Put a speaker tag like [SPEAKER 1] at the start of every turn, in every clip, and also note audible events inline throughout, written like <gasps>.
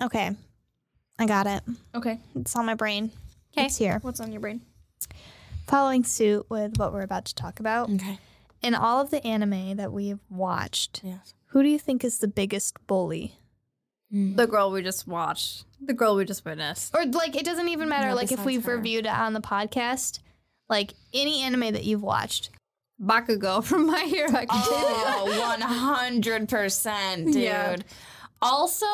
[SPEAKER 1] Okay. I got it.
[SPEAKER 2] Okay.
[SPEAKER 1] It's on my brain.
[SPEAKER 2] 'Kay.
[SPEAKER 1] It's here.
[SPEAKER 2] What's on your brain?
[SPEAKER 1] Following suit with what we're about to talk about.
[SPEAKER 2] Okay.
[SPEAKER 1] In all of the anime that we've watched,
[SPEAKER 2] Yes.
[SPEAKER 1] who do you think is the biggest bully?
[SPEAKER 2] Mm.
[SPEAKER 3] The girl we just watched. The girl we just witnessed.
[SPEAKER 1] Or like it doesn't even matter
[SPEAKER 2] No,
[SPEAKER 1] like if
[SPEAKER 2] besides
[SPEAKER 1] we've
[SPEAKER 2] her.
[SPEAKER 1] reviewed it on the podcast, like any anime that you've watched.
[SPEAKER 3] Bakugo from My <laughs> Hero Academia.
[SPEAKER 2] <laughs> Oh, 100%, dude.
[SPEAKER 3] Yeah.
[SPEAKER 2] Also,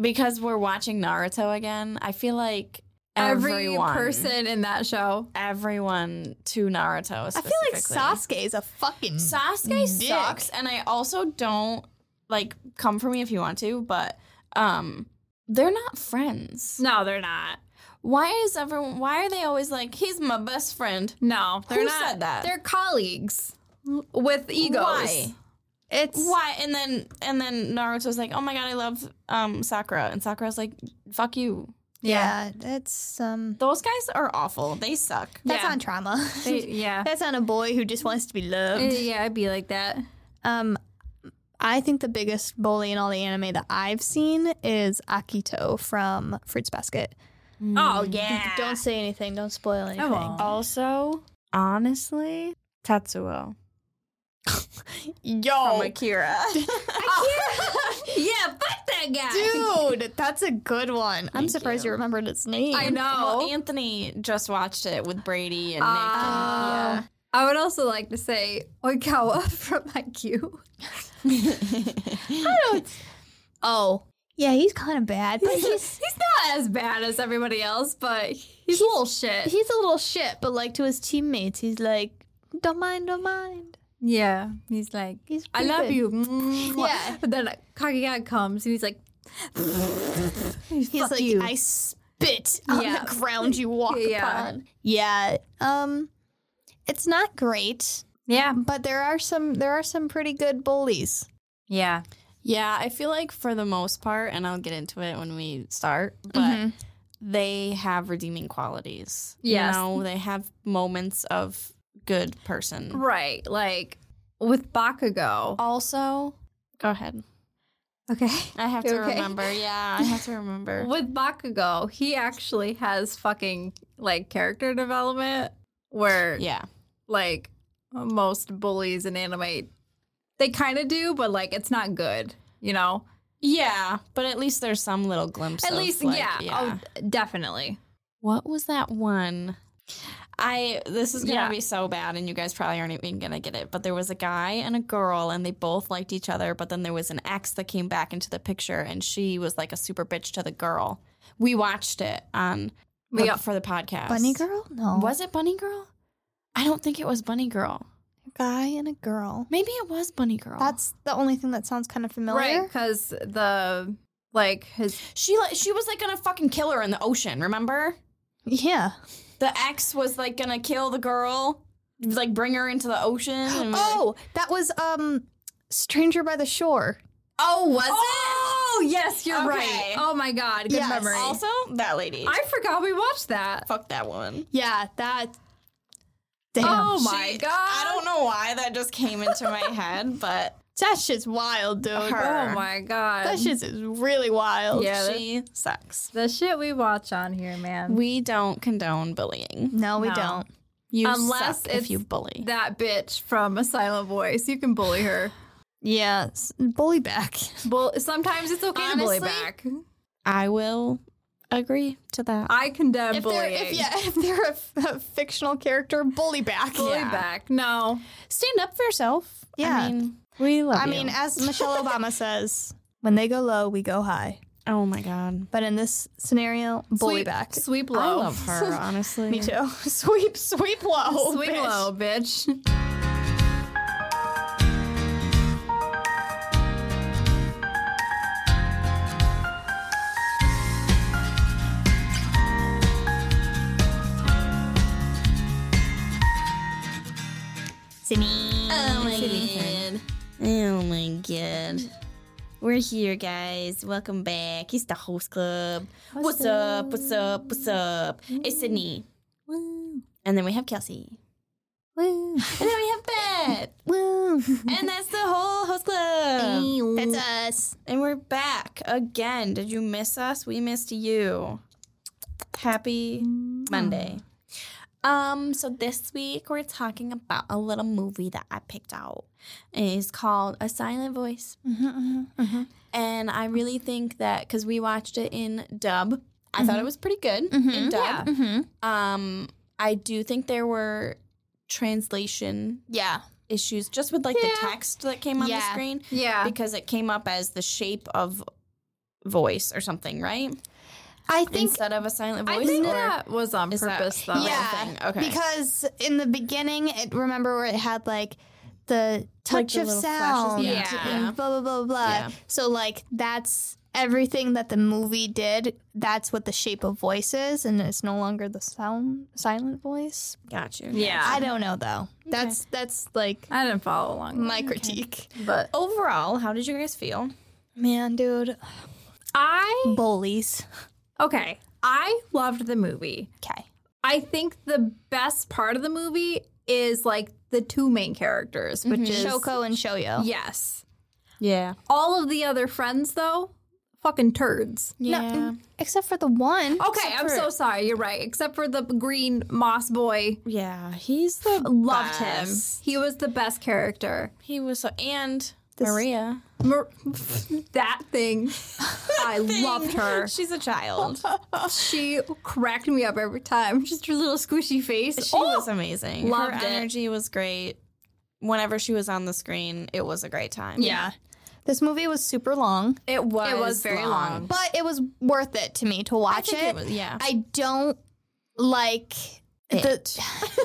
[SPEAKER 2] because we're watching Naruto again, I feel like
[SPEAKER 3] Every
[SPEAKER 2] everyone,
[SPEAKER 3] person in that show.
[SPEAKER 2] everyone to Naruto
[SPEAKER 1] I feel like
[SPEAKER 2] specifically.
[SPEAKER 1] Sasuke is a fucking
[SPEAKER 2] Sasuke
[SPEAKER 1] Dick.
[SPEAKER 2] sucks, and I also don't like come for me if you want to, but um, they're not friends.
[SPEAKER 3] No, they're not.
[SPEAKER 2] Why is everyone? Why are they always like he's my best friend?
[SPEAKER 3] No, they're
[SPEAKER 2] Who
[SPEAKER 3] not.
[SPEAKER 2] said that?
[SPEAKER 3] They're colleagues with egos.
[SPEAKER 2] Why?
[SPEAKER 3] It's
[SPEAKER 2] Why? And then and then Naruto's like, oh my god, I love um Sakura, and Sakura's like, fuck you.
[SPEAKER 1] Yeah, that's um
[SPEAKER 2] Those guys are awful. They suck.
[SPEAKER 1] that's
[SPEAKER 3] Yeah.
[SPEAKER 1] on trauma.
[SPEAKER 3] They- <laughs>
[SPEAKER 1] <laughs>
[SPEAKER 3] yeah. Eh,
[SPEAKER 1] that's on a boy who just wants to be loved.
[SPEAKER 3] Yeah, it'd be like that.
[SPEAKER 1] Um, I think the biggest bully in all the anime that I've seen is Akito from Fruits Basket.
[SPEAKER 3] Oh yeah.
[SPEAKER 1] Don't say anything. Don't spoil anything.
[SPEAKER 3] won't.
[SPEAKER 2] Also, honestly, Tatsuo
[SPEAKER 1] Yo, <laughs>
[SPEAKER 3] Oh.
[SPEAKER 2] from Oh,
[SPEAKER 3] <laughs>
[SPEAKER 2] Akira. <laughs>
[SPEAKER 3] yeah, fuck that guy. <laughs>
[SPEAKER 1] dude, that's a good one. I'm surprised you.
[SPEAKER 2] you.
[SPEAKER 1] remembered its name.
[SPEAKER 3] I know.
[SPEAKER 2] Well, Anthony just watched it with Brady and
[SPEAKER 3] Ah.
[SPEAKER 2] Nick.
[SPEAKER 3] I would also like to say Oikawa <laughs> from IQ. <laughs>
[SPEAKER 2] and-
[SPEAKER 1] Oh, yeah, he's kind of bad, but <laughs> he's
[SPEAKER 3] <laughs> He's not as bad as everybody else, but he's, a little shit.
[SPEAKER 1] he's a little shit. But like to his teammates, he's like, don't mind, don't mind.
[SPEAKER 3] Yeah, he's like,
[SPEAKER 1] He's
[SPEAKER 3] I
[SPEAKER 1] pretty
[SPEAKER 3] love
[SPEAKER 1] good. <laughs>
[SPEAKER 3] you. Mwah.
[SPEAKER 1] Yeah.
[SPEAKER 3] But then Kageya comes and he's like, <laughs>
[SPEAKER 1] He's
[SPEAKER 3] Fuck
[SPEAKER 1] like,
[SPEAKER 3] you.
[SPEAKER 1] I spit on
[SPEAKER 3] Yeah.
[SPEAKER 1] the ground you walk
[SPEAKER 3] <laughs> Yeah.
[SPEAKER 1] upon. Yeah. Um, it's not great,
[SPEAKER 3] yeah,
[SPEAKER 1] but there are some there are some pretty good bullies.
[SPEAKER 3] yeah.
[SPEAKER 2] yeah, I feel like for the most part, and I'll get into it when we start, but
[SPEAKER 3] Mm-hmm.
[SPEAKER 1] Mhm.
[SPEAKER 2] they have redeeming qualities.
[SPEAKER 3] Yes.
[SPEAKER 2] You know, they have moments of good person.
[SPEAKER 3] Right. Like with Bakugo.
[SPEAKER 2] Also, go ahead.
[SPEAKER 3] Okay.
[SPEAKER 2] I have
[SPEAKER 3] You
[SPEAKER 2] to
[SPEAKER 3] okay? <laughs>
[SPEAKER 2] remember. Yeah, I have to remember.
[SPEAKER 3] With Bakugo, he actually has fucking like character development where
[SPEAKER 2] Yeah.
[SPEAKER 3] like most bullies in anime they kind of do, but like it's not good, you know?
[SPEAKER 2] Yeah, but at least there's some little glimpse.
[SPEAKER 3] At
[SPEAKER 2] of,
[SPEAKER 3] least
[SPEAKER 2] like,
[SPEAKER 3] yeah. Oh, definitely.
[SPEAKER 2] What was that one? I this is gonna
[SPEAKER 3] Yeah.
[SPEAKER 2] be so bad, and you guys probably aren't even gonna get it. But there was a guy and a girl, and they both liked each other. But then there was an ex that came back into the picture, and she was like a super bitch to the girl. We watched it on
[SPEAKER 3] We-
[SPEAKER 2] the- for the podcast.
[SPEAKER 1] Bunny girl? No.
[SPEAKER 2] was it Bunny Girl? I don't think it was Bunny Girl.
[SPEAKER 1] a guy and a girl.
[SPEAKER 2] Maybe it was Bunny Girl.
[SPEAKER 1] That's the only thing that sounds kind of familiar.
[SPEAKER 3] Right, cuz the like his
[SPEAKER 2] she. Like she was like gonna fucking kill her in the ocean. Remember?
[SPEAKER 1] Yeah.
[SPEAKER 3] <laughs>
[SPEAKER 2] The ex was like gonna kill the girl, like bring her into the ocean. and, like,
[SPEAKER 1] Oh, that was um Stranger by the Shore.
[SPEAKER 3] Oh, was
[SPEAKER 2] Oh,
[SPEAKER 3] it? Yes, you're
[SPEAKER 2] Okay.
[SPEAKER 3] right. Oh my god, good
[SPEAKER 1] Yes.
[SPEAKER 3] memory.
[SPEAKER 2] Also, that lady.
[SPEAKER 3] I forgot we watched that.
[SPEAKER 2] fuck that woman.
[SPEAKER 1] Yeah, that Damn.
[SPEAKER 3] Oh my
[SPEAKER 2] She-
[SPEAKER 3] god.
[SPEAKER 2] I don't know why that just came into
[SPEAKER 3] <laughs>
[SPEAKER 2] my head, but
[SPEAKER 1] That shit's wild, dude.
[SPEAKER 2] Her.
[SPEAKER 3] Oh my god.
[SPEAKER 1] That shit's really wild.
[SPEAKER 3] Yeah, that-
[SPEAKER 2] she sucks.
[SPEAKER 3] The shit we watch on here, man.
[SPEAKER 2] We don't condone bullying.
[SPEAKER 1] No, we
[SPEAKER 3] No.
[SPEAKER 1] don't.
[SPEAKER 2] You
[SPEAKER 3] Unless
[SPEAKER 2] suck
[SPEAKER 3] it's
[SPEAKER 2] if you bully.
[SPEAKER 3] that bitch from A Silent Voice. You can bully her.
[SPEAKER 1] Yeah, s- bully
[SPEAKER 3] <laughs>
[SPEAKER 1] back.
[SPEAKER 3] Bull- Sometimes it's okay to bully
[SPEAKER 2] Honestly,
[SPEAKER 3] back.
[SPEAKER 2] I will agree to that.
[SPEAKER 3] I condemn
[SPEAKER 1] if they're
[SPEAKER 3] bullying.
[SPEAKER 1] if yeah <laughs> if they're a, f- a fictional character, bully back.
[SPEAKER 3] Bully
[SPEAKER 2] yeah.
[SPEAKER 3] back. No.
[SPEAKER 2] Stand up for yourself.
[SPEAKER 1] Yeah.
[SPEAKER 2] I mean, we love
[SPEAKER 1] I
[SPEAKER 2] you.
[SPEAKER 1] mean, as Michelle Obama says, when they go low, we go high.
[SPEAKER 2] oh my god,
[SPEAKER 1] But in this scenario, bully
[SPEAKER 3] sweep,
[SPEAKER 1] back.
[SPEAKER 3] Sweep low.
[SPEAKER 2] I love her.
[SPEAKER 1] <laughs>
[SPEAKER 2] Honestly,
[SPEAKER 1] Me too. <laughs> sweep, sweep low.
[SPEAKER 3] <laughs> Sweep
[SPEAKER 1] bitch.
[SPEAKER 3] low, bitch. <laughs>
[SPEAKER 1] Simi.
[SPEAKER 2] Oh my god. Oh my god. We're here, guys. Welcome back. It's the host club. What's, up? What's up? What's up? It's Sydney.
[SPEAKER 1] <laughs>
[SPEAKER 2] And then we have Kelsey. And then we have Beth.
[SPEAKER 1] Woo.
[SPEAKER 2] and that's the whole host club.
[SPEAKER 1] That's us.
[SPEAKER 2] And we're back again. Did you miss us? We missed you. Happy
[SPEAKER 1] Mm.
[SPEAKER 2] Monday. Um, so this week we're talking about a little movie that I picked out. It is called A Silent Voice. And I really think that because we watched it in dub, I thought
[SPEAKER 1] Mm-hmm.
[SPEAKER 2] it was pretty good in dub. Um, I do think there were translation
[SPEAKER 1] Yeah.
[SPEAKER 2] issues just with like the
[SPEAKER 1] Yeah.
[SPEAKER 2] text that came on the
[SPEAKER 1] Yeah.
[SPEAKER 2] screen
[SPEAKER 3] Yeah.
[SPEAKER 2] because it came up as the shape of voice or something, right?
[SPEAKER 1] I think
[SPEAKER 2] Instead of a silent voice.
[SPEAKER 3] I think
[SPEAKER 2] or
[SPEAKER 3] that was on
[SPEAKER 2] is that-
[SPEAKER 3] purpose, though.
[SPEAKER 2] Yeah.
[SPEAKER 1] yeah,
[SPEAKER 2] thing. Okay.
[SPEAKER 1] Because in the beginning, it, remember where it had like the
[SPEAKER 2] Like
[SPEAKER 1] touch
[SPEAKER 2] the
[SPEAKER 1] of
[SPEAKER 2] little
[SPEAKER 1] sound,
[SPEAKER 2] flashes,
[SPEAKER 3] yeah.
[SPEAKER 1] and
[SPEAKER 2] Yeah.
[SPEAKER 1] blah blah blah blah.
[SPEAKER 2] Yeah.
[SPEAKER 1] So like that's everything that the movie did. That's what the shape of voice is, and it's no longer the sound silent voice.
[SPEAKER 2] got you.
[SPEAKER 3] Yeah.
[SPEAKER 1] I don't know though. That's that's like
[SPEAKER 3] I didn't follow along,
[SPEAKER 1] my critique.
[SPEAKER 3] but
[SPEAKER 2] Oh. Overall, how did you guys feel?
[SPEAKER 1] Man, dude,
[SPEAKER 3] I
[SPEAKER 1] bullies.
[SPEAKER 3] okay. I loved the movie.
[SPEAKER 1] Okay.
[SPEAKER 3] I think the best part of the movie is like the two main characters,
[SPEAKER 2] Mm-hmm.
[SPEAKER 3] which is
[SPEAKER 1] Shoko and Shoyo.
[SPEAKER 3] Yes,
[SPEAKER 2] Yeah.
[SPEAKER 3] all of the other friends though, fucking turds.
[SPEAKER 2] Yeah.
[SPEAKER 1] Except for the one.
[SPEAKER 3] Okay, I'm
[SPEAKER 2] for-
[SPEAKER 3] so sorry. You're right, except for the green moss boy.
[SPEAKER 2] yeah. He's the
[SPEAKER 3] Loved
[SPEAKER 2] best.
[SPEAKER 3] him. He was the best character.
[SPEAKER 2] He was so and Maria.
[SPEAKER 3] Mer- that thing,
[SPEAKER 2] <laughs>
[SPEAKER 3] I loved her.
[SPEAKER 2] She's a child.
[SPEAKER 3] <laughs> She cracked me up every time. Just her little squishy face.
[SPEAKER 2] She was amazing.
[SPEAKER 3] Loved
[SPEAKER 2] Her
[SPEAKER 3] it.
[SPEAKER 2] energy was great. Whenever she was on the screen, it was a great time.
[SPEAKER 3] yeah,
[SPEAKER 1] This movie was super long,
[SPEAKER 2] It was.
[SPEAKER 3] it was very long.
[SPEAKER 1] but it was worth it to me to watch
[SPEAKER 2] think it was- yeah.
[SPEAKER 1] I don't like the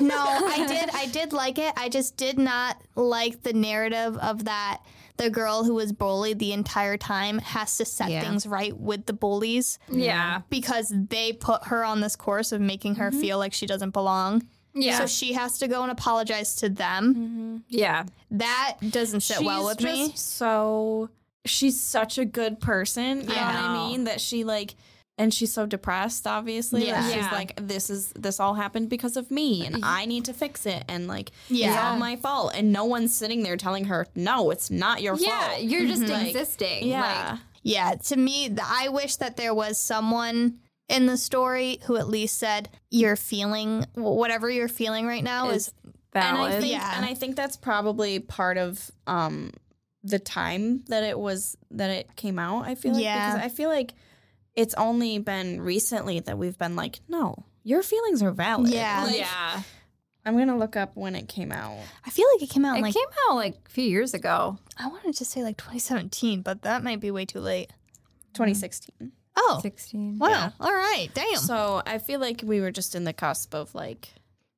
[SPEAKER 1] <laughs> No, I did I did like it. I just did not like the narrative of that the girl who was bullied the entire time has to set
[SPEAKER 2] Yeah.
[SPEAKER 1] things right with the bullies
[SPEAKER 3] yeah,
[SPEAKER 1] because they put her on this course of making her feel like she doesn't belong.
[SPEAKER 3] yeah,
[SPEAKER 1] So she has to go and apologize to them.
[SPEAKER 3] yeah.
[SPEAKER 1] That doesn't sit well with
[SPEAKER 2] just
[SPEAKER 1] me.
[SPEAKER 2] So she's such a good person. You know what
[SPEAKER 3] Yeah.
[SPEAKER 2] I mean? That she like and she's so depressed, obviously. Yeah.
[SPEAKER 1] Yeah.
[SPEAKER 2] She's
[SPEAKER 3] Yeah.
[SPEAKER 2] like, This is this all happened because of me and I need to fix it and like it's
[SPEAKER 1] Yeah.
[SPEAKER 2] all my fault. And no one's sitting there telling her, No, it's not your
[SPEAKER 3] Yeah,
[SPEAKER 2] fault.
[SPEAKER 3] you're just
[SPEAKER 2] Like,
[SPEAKER 3] existing.
[SPEAKER 2] yeah.
[SPEAKER 3] Like,
[SPEAKER 1] Yeah, to me, th- I wish that there was someone in the story who at least said, You're feeling wh- whatever you're feeling right now is,
[SPEAKER 2] and I
[SPEAKER 3] valid.
[SPEAKER 2] think
[SPEAKER 1] Yeah.
[SPEAKER 2] and I think that's probably part of um the time that it was that it came out, I feel like.
[SPEAKER 1] Yeah.
[SPEAKER 2] Because I feel like it's only been recently that we've been like, No, your feelings are valid.
[SPEAKER 1] Yeah.
[SPEAKER 2] Like,
[SPEAKER 3] yeah.
[SPEAKER 2] I'm gonna look up when it came out.
[SPEAKER 1] I feel like it came out in
[SPEAKER 3] it
[SPEAKER 1] like,
[SPEAKER 3] came out like a few years ago.
[SPEAKER 1] I wanted to say like 2017, but that might be way too late.
[SPEAKER 2] 2016.
[SPEAKER 1] Oh,
[SPEAKER 3] 16.
[SPEAKER 1] wow. All right. Damn.
[SPEAKER 2] So I feel like we were just in the cusp of like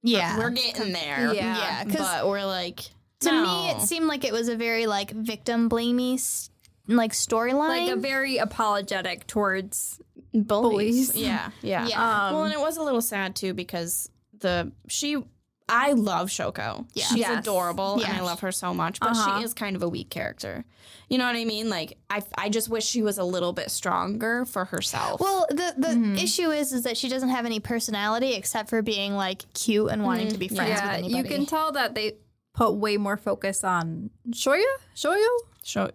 [SPEAKER 1] yeah.
[SPEAKER 2] we're getting there.
[SPEAKER 3] Yeah.
[SPEAKER 1] Yeah, 'cause
[SPEAKER 2] but we're like
[SPEAKER 1] to
[SPEAKER 2] no.
[SPEAKER 1] me, it seemed like it was a very like victim blamey s- like storyline.
[SPEAKER 3] Like a very apologetic towards.
[SPEAKER 2] bullies.
[SPEAKER 3] bullies.
[SPEAKER 2] Yeah, yeah.
[SPEAKER 1] Yeah.
[SPEAKER 3] Um,
[SPEAKER 2] well, and it was a little sad too because the she. I love Shoko.
[SPEAKER 1] Yeah.
[SPEAKER 2] She's
[SPEAKER 3] Yes.
[SPEAKER 2] adorable and I
[SPEAKER 1] Yeah.
[SPEAKER 2] love her so much, but
[SPEAKER 3] Uh-huh.
[SPEAKER 2] she is kind of a weak character. You know what I mean? Like I, I just wish she was a little bit stronger for herself.
[SPEAKER 1] Well, the the
[SPEAKER 3] Mm-hmm.
[SPEAKER 1] issue is is that she doesn't have any personality except for being like cute and wanting to be friends with
[SPEAKER 3] Mm-hmm. Yeah,
[SPEAKER 1] anybody.
[SPEAKER 3] you can tell that they put way more focus on Shoya. Shoya.
[SPEAKER 2] Sho-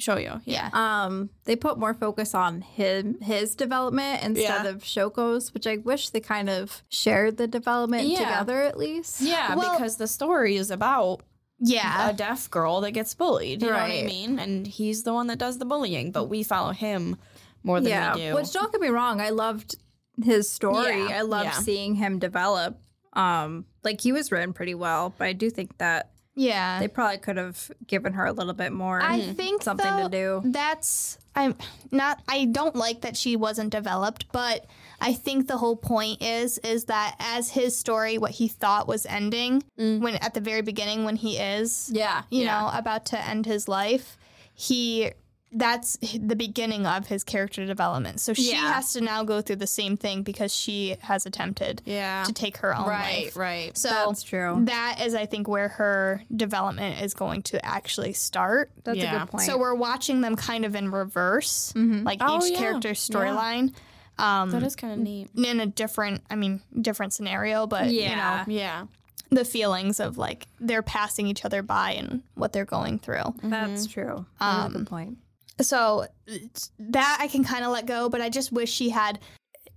[SPEAKER 2] Shoyo. Yeah.
[SPEAKER 3] Um, they put more focus on him his development instead
[SPEAKER 2] Yeah.
[SPEAKER 3] of Shoko's, which I wish they kind of shared the development
[SPEAKER 2] Yeah.
[SPEAKER 3] together at least.
[SPEAKER 2] Yeah,
[SPEAKER 1] Well-
[SPEAKER 2] because the story is about
[SPEAKER 1] yeah,
[SPEAKER 3] Uh.
[SPEAKER 2] a deaf girl that gets bullied. You know what I
[SPEAKER 3] Right.
[SPEAKER 2] mean? And he's the one that does the bullying, but we follow him more than
[SPEAKER 3] yeah.
[SPEAKER 2] we do.
[SPEAKER 3] Which don't get me wrong, I loved his story.
[SPEAKER 2] Yeah,
[SPEAKER 3] I loved
[SPEAKER 2] yeah.
[SPEAKER 3] seeing him develop. Um, like he was written pretty well, but I do think that
[SPEAKER 1] yeah.
[SPEAKER 3] they probably could have given her a little bit more.
[SPEAKER 1] I
[SPEAKER 2] Mm-hmm.
[SPEAKER 1] think
[SPEAKER 3] something to
[SPEAKER 1] though,
[SPEAKER 3] do.
[SPEAKER 1] That's I'm not. I don't like that she wasn't developed, but I think the whole point is is that as his story, what he thought was ending when at the very beginning when he is,
[SPEAKER 3] Mm. yeah,
[SPEAKER 1] you know, about to end his life, he. That's the beginning of his character development. So she
[SPEAKER 3] Yeah.
[SPEAKER 1] has to now go through the same thing because she has attempted
[SPEAKER 2] yeah.
[SPEAKER 1] to take her own
[SPEAKER 2] Right,
[SPEAKER 1] life.
[SPEAKER 2] right.
[SPEAKER 1] Um, So
[SPEAKER 3] That's true.
[SPEAKER 1] that is, I think, where her development is going to actually start.
[SPEAKER 3] That's a
[SPEAKER 2] Yeah.
[SPEAKER 3] good point.
[SPEAKER 1] So we're watching them kind of in reverse, like
[SPEAKER 2] Oh,
[SPEAKER 1] each
[SPEAKER 2] yeah.
[SPEAKER 1] character's
[SPEAKER 2] Yeah.
[SPEAKER 1] storyline um,
[SPEAKER 2] That is kind of neat.
[SPEAKER 1] in a different, I mean, different scenario, but you
[SPEAKER 3] Yeah.
[SPEAKER 1] know,
[SPEAKER 2] Yeah.
[SPEAKER 1] the feelings of like they're passing each other by and what they're going through.
[SPEAKER 3] That's true. That's a
[SPEAKER 1] Um,
[SPEAKER 3] good point.
[SPEAKER 1] So it's- that I can kind of let go, but I just wish she had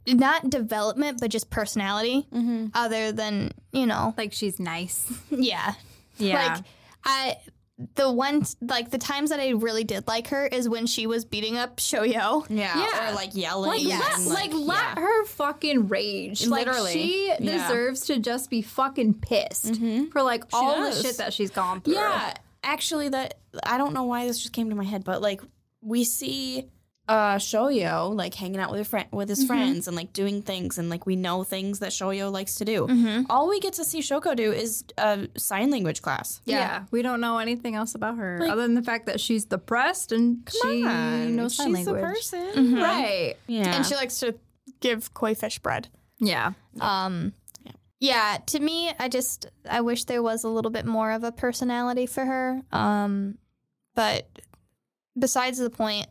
[SPEAKER 1] not development, but just personality
[SPEAKER 2] Mm-hmm.
[SPEAKER 1] other than, you know,
[SPEAKER 3] Like she's nice.
[SPEAKER 1] yeah.
[SPEAKER 3] Yeah.
[SPEAKER 1] Like I the one like the times that I really did like her is when she was beating up Shoyo.
[SPEAKER 2] Yeah.
[SPEAKER 3] Yeah.
[SPEAKER 2] Or like yelling.
[SPEAKER 3] Like,
[SPEAKER 1] yes,
[SPEAKER 2] and,
[SPEAKER 3] let, like, let
[SPEAKER 2] yeah.
[SPEAKER 3] her fucking rage.
[SPEAKER 2] Literally.
[SPEAKER 3] Like she
[SPEAKER 2] Yeah. Mm-hmm.
[SPEAKER 3] deserves to just be fucking pissed for like all
[SPEAKER 2] does.
[SPEAKER 3] the shit that she's gone through.
[SPEAKER 2] Yeah, actually, that I don't know why this just came to my head, but like we see uh Shoyo like hanging out with her friend with his
[SPEAKER 3] Mm-hmm.
[SPEAKER 2] friends and like doing things, and like we know things that Shoyo likes to
[SPEAKER 3] Mm-hmm.
[SPEAKER 2] do. All we get to see Shoko do is a sign language class.
[SPEAKER 3] Yeah.
[SPEAKER 1] Yeah.
[SPEAKER 3] we don't know anything else about her
[SPEAKER 2] Like-
[SPEAKER 3] other than the fact that she's depressed and she
[SPEAKER 2] Fun.
[SPEAKER 3] knows sign
[SPEAKER 2] She's
[SPEAKER 3] language. Mm-hmm.
[SPEAKER 2] a person,
[SPEAKER 3] Right.
[SPEAKER 2] Yeah,
[SPEAKER 1] And she likes to give koi fish bread.
[SPEAKER 3] Yeah.
[SPEAKER 1] Um yeah, to me I just I wish there was a little bit more of a personality for her. Um but besides the point,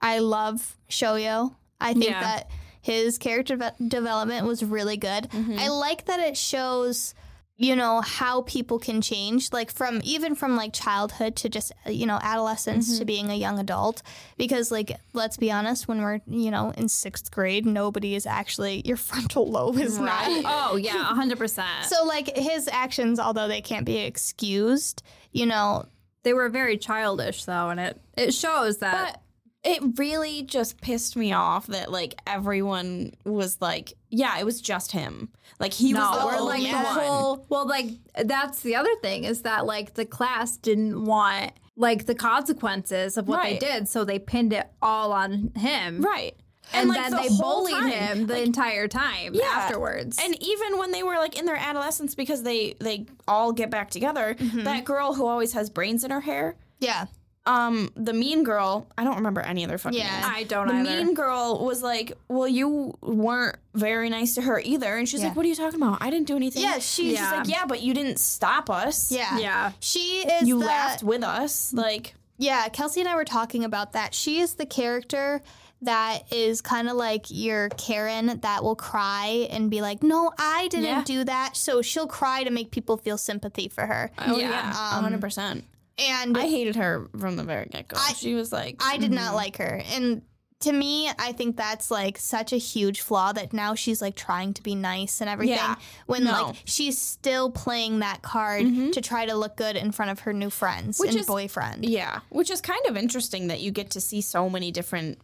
[SPEAKER 1] I love Shoyo. I think
[SPEAKER 3] Yeah.
[SPEAKER 1] that his character ve- development was really good.
[SPEAKER 3] Mm-hmm.
[SPEAKER 1] I
[SPEAKER 2] Mm-hmm.
[SPEAKER 1] like that it shows you know how people can change like from even from like childhood to just uh, you know adolescence
[SPEAKER 2] Mm-hmm.
[SPEAKER 1] to being a young adult because like let's be honest when we're you know in 6th grade nobody is actually <laughs> your frontal lobe is not
[SPEAKER 3] Oh yeah, hundred percent.
[SPEAKER 1] <laughs> so like his actions although they can't be excused you know
[SPEAKER 3] They were very childish though, and it it shows that.
[SPEAKER 2] But it really just pissed me off that like everyone was like, yeah, it was just him. Like he was the
[SPEAKER 3] we're
[SPEAKER 2] only
[SPEAKER 3] like the
[SPEAKER 2] one.
[SPEAKER 3] whole. Well, like that's the other thing is that like the class didn't want like the consequences of what
[SPEAKER 2] Right.
[SPEAKER 3] they did, so they pinned it all on him.
[SPEAKER 2] Right.
[SPEAKER 3] And,
[SPEAKER 2] like,
[SPEAKER 3] then
[SPEAKER 2] the
[SPEAKER 3] they
[SPEAKER 2] whole
[SPEAKER 3] bullied
[SPEAKER 2] time,
[SPEAKER 3] him the entire time
[SPEAKER 2] Yeah.
[SPEAKER 3] afterwards.
[SPEAKER 2] And even when they were like in their adolescence, because they they all get back together,
[SPEAKER 1] Mm-hmm.
[SPEAKER 2] that girl who always has brains in her hair,
[SPEAKER 1] yeah
[SPEAKER 2] um, the mean girl, I don't remember any of their fucking
[SPEAKER 1] Yeah.
[SPEAKER 2] names.
[SPEAKER 3] I don't
[SPEAKER 2] the
[SPEAKER 3] either.
[SPEAKER 2] mean girl was like, "Well, you weren't very nice to her either," and she's
[SPEAKER 1] Yeah.
[SPEAKER 2] like, "What are you talking about? I didn't do anything."
[SPEAKER 1] yeah she's
[SPEAKER 2] she's like, "Yeah, but you didn't stop us.
[SPEAKER 1] yeah
[SPEAKER 3] yeah.
[SPEAKER 1] she is
[SPEAKER 2] you
[SPEAKER 1] the-
[SPEAKER 2] laughed with us. Like,
[SPEAKER 1] Yeah, Kelsey and I were talking about that. She is the character that is kind of like your Karen that will cry and be like, "No, I didn't
[SPEAKER 2] Yeah.
[SPEAKER 1] do that." So she'll cry to make people feel sympathy for her.
[SPEAKER 2] oh
[SPEAKER 3] Yeah.
[SPEAKER 2] yeah,
[SPEAKER 1] Um,
[SPEAKER 2] hundred percent.
[SPEAKER 1] And
[SPEAKER 2] I
[SPEAKER 1] I,
[SPEAKER 2] hated her from the very get go.
[SPEAKER 1] I-
[SPEAKER 2] She was like,
[SPEAKER 1] did not like her. And to me, I think that's like such a huge flaw that now she's like trying to be nice and everything
[SPEAKER 2] Yeah.
[SPEAKER 1] when
[SPEAKER 2] No.
[SPEAKER 1] like she's still playing that card to try to look good in front of her new friends
[SPEAKER 2] Mm-hmm. Which
[SPEAKER 1] and
[SPEAKER 2] is-
[SPEAKER 1] boyfriend.
[SPEAKER 2] Yeah, which is kind of interesting that you get to see so many different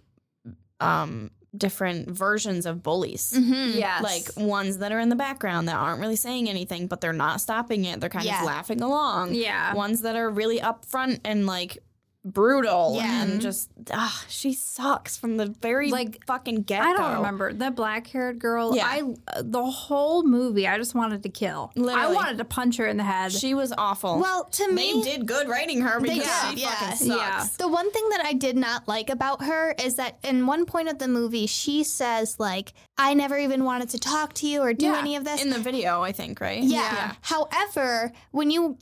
[SPEAKER 2] um different versions of bullies.
[SPEAKER 1] Mhm.
[SPEAKER 3] Yes.
[SPEAKER 2] Mm, Like ones that are in the background that aren't really saying anything, but they're not stopping it. They're kind
[SPEAKER 1] Yeah.
[SPEAKER 2] of laughing along.
[SPEAKER 3] Yeah.
[SPEAKER 2] Ones that are really upfront and like brutal
[SPEAKER 1] Yeah.
[SPEAKER 2] and just ah, she sucks from the very like
[SPEAKER 3] Like,
[SPEAKER 2] fucking get.
[SPEAKER 3] I don't remember the black-haired girl.
[SPEAKER 2] Yeah.
[SPEAKER 3] I the whole movie I just wanted to kill. I
[SPEAKER 2] Literally.
[SPEAKER 3] wanted to punch her in the head.
[SPEAKER 2] She was awful.
[SPEAKER 1] Well, to
[SPEAKER 2] they
[SPEAKER 1] me,
[SPEAKER 2] did good writing her because
[SPEAKER 1] did,
[SPEAKER 2] she
[SPEAKER 1] yeah.
[SPEAKER 2] fucking sucks.
[SPEAKER 3] Yeah.
[SPEAKER 1] The one thing that I did not like about her is that in one point of the movie, she says, like, I never even wanted to talk to you or do
[SPEAKER 2] Yeah.
[SPEAKER 1] any of this.
[SPEAKER 2] in the video, I think, right?
[SPEAKER 1] yeah. However, when you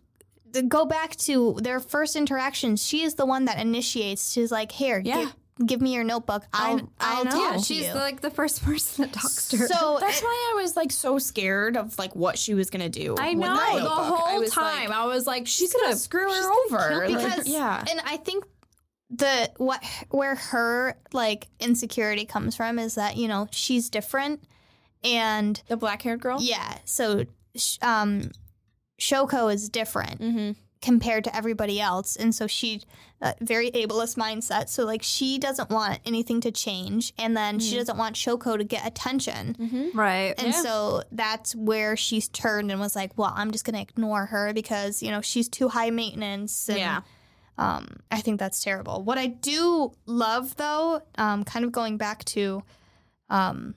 [SPEAKER 1] th- go back to their first interactions, she is the one that initiates. She's like, here,
[SPEAKER 2] Yeah.
[SPEAKER 1] give, give me your notebook. I'll,
[SPEAKER 2] I
[SPEAKER 1] I'll
[SPEAKER 2] know.
[SPEAKER 1] talk
[SPEAKER 3] yeah,
[SPEAKER 1] to <laughs>
[SPEAKER 3] she's
[SPEAKER 1] you.
[SPEAKER 3] like the first <laughs> person that talks to her.
[SPEAKER 1] so
[SPEAKER 2] <laughs> That's why I was like so scared of like what she was gonna do.
[SPEAKER 3] I
[SPEAKER 2] with
[SPEAKER 3] know
[SPEAKER 2] that
[SPEAKER 3] the
[SPEAKER 2] notebook. I
[SPEAKER 3] whole
[SPEAKER 2] was like,
[SPEAKER 3] time I was like,
[SPEAKER 2] she's gonna screw her over.
[SPEAKER 1] because
[SPEAKER 2] Like, yeah,
[SPEAKER 1] and i think the what where her like insecurity comes from is that you know she's different and
[SPEAKER 2] the black haired girl.
[SPEAKER 1] Yeah. So, sh- um, Shoko is different
[SPEAKER 2] Mm-hmm.
[SPEAKER 1] compared to everybody else, and so she, uh, very ableist mindset. So like she doesn't want anything to change, and then she doesn't want Shoko to get attention.
[SPEAKER 3] <laughs>
[SPEAKER 2] Mm-hmm.
[SPEAKER 3] right.
[SPEAKER 1] And
[SPEAKER 2] Yeah.
[SPEAKER 1] so that's where she's turned and was like, "Well, I'm just gonna ignore her because you know she's too high maintenance." And,
[SPEAKER 2] Yeah.
[SPEAKER 1] Um, I think that's terrible. What I do love, though, um, kind of going back to, um,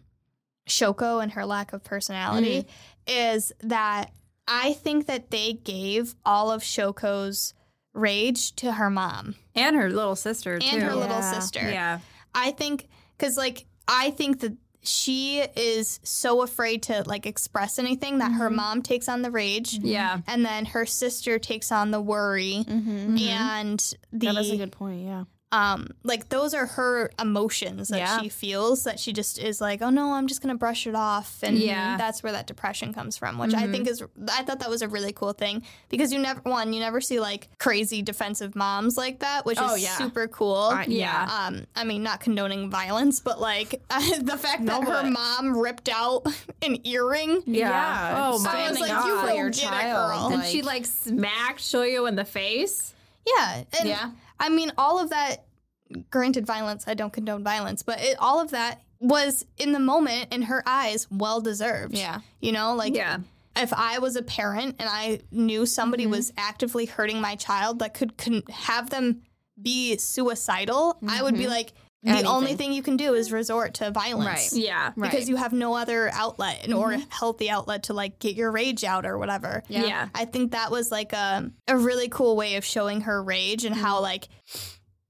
[SPEAKER 1] Shoko and her lack of personality, is that I think that they gave all of Shoko's rage to her mom
[SPEAKER 3] and her little sister too.
[SPEAKER 1] and her little
[SPEAKER 2] Yeah.
[SPEAKER 1] sister.
[SPEAKER 3] yeah,
[SPEAKER 1] I think because like I think that she is so afraid to like express anything that
[SPEAKER 2] Mm-hmm.
[SPEAKER 1] her mom takes on the rage,
[SPEAKER 3] yeah.
[SPEAKER 1] and then her sister takes on the worry
[SPEAKER 2] Mm-hmm.
[SPEAKER 1] and the
[SPEAKER 2] Yeah, that's a good point. Yeah,
[SPEAKER 1] um like those are her emotions that
[SPEAKER 2] Yeah.
[SPEAKER 1] she feels that she just is like oh no i'm just gonna brush it off and
[SPEAKER 3] Yeah.
[SPEAKER 1] that's where that depression comes from which i think is
[SPEAKER 2] Mm-hmm.
[SPEAKER 1] i thought that was a really cool thing because you never one you never see like crazy defensive moms like that which
[SPEAKER 2] Oh,
[SPEAKER 1] is
[SPEAKER 2] yeah.
[SPEAKER 1] super cool
[SPEAKER 2] I- yeah.
[SPEAKER 1] um i mean not condoning violence but like <laughs> the fact that
[SPEAKER 2] No,
[SPEAKER 1] her
[SPEAKER 2] but-
[SPEAKER 1] mom ripped out an earring
[SPEAKER 2] Yeah.
[SPEAKER 3] Oh my
[SPEAKER 1] I was like,
[SPEAKER 3] God.
[SPEAKER 1] you
[SPEAKER 2] For
[SPEAKER 1] go
[SPEAKER 2] your
[SPEAKER 1] get
[SPEAKER 2] child,
[SPEAKER 1] it, girl.
[SPEAKER 3] Did
[SPEAKER 2] Like-
[SPEAKER 3] she like smack Shoyo in the face?
[SPEAKER 1] Yeah. And
[SPEAKER 3] Yeah.
[SPEAKER 1] I mean, all of that, granted, violence, I don't condone violence, but it, all of that was in the moment in her eyes well deserved.
[SPEAKER 2] Yeah.
[SPEAKER 1] You know, like,
[SPEAKER 3] Yeah.
[SPEAKER 1] if I was a parent and I knew somebody was actively hurting my child that could con- have them be suicidal, I would be like, the
[SPEAKER 2] Anything.
[SPEAKER 1] only thing you can do is resort to violence.
[SPEAKER 2] Right.
[SPEAKER 3] Yeah.
[SPEAKER 2] Right.
[SPEAKER 1] Because you have no other outlet and or healthy outlet to like get your rage out or whatever.
[SPEAKER 2] Yeah.
[SPEAKER 3] Mm-hmm. yeah.
[SPEAKER 1] I think that was like a a really cool way of showing her rage and
[SPEAKER 3] Mm-hmm.
[SPEAKER 1] how like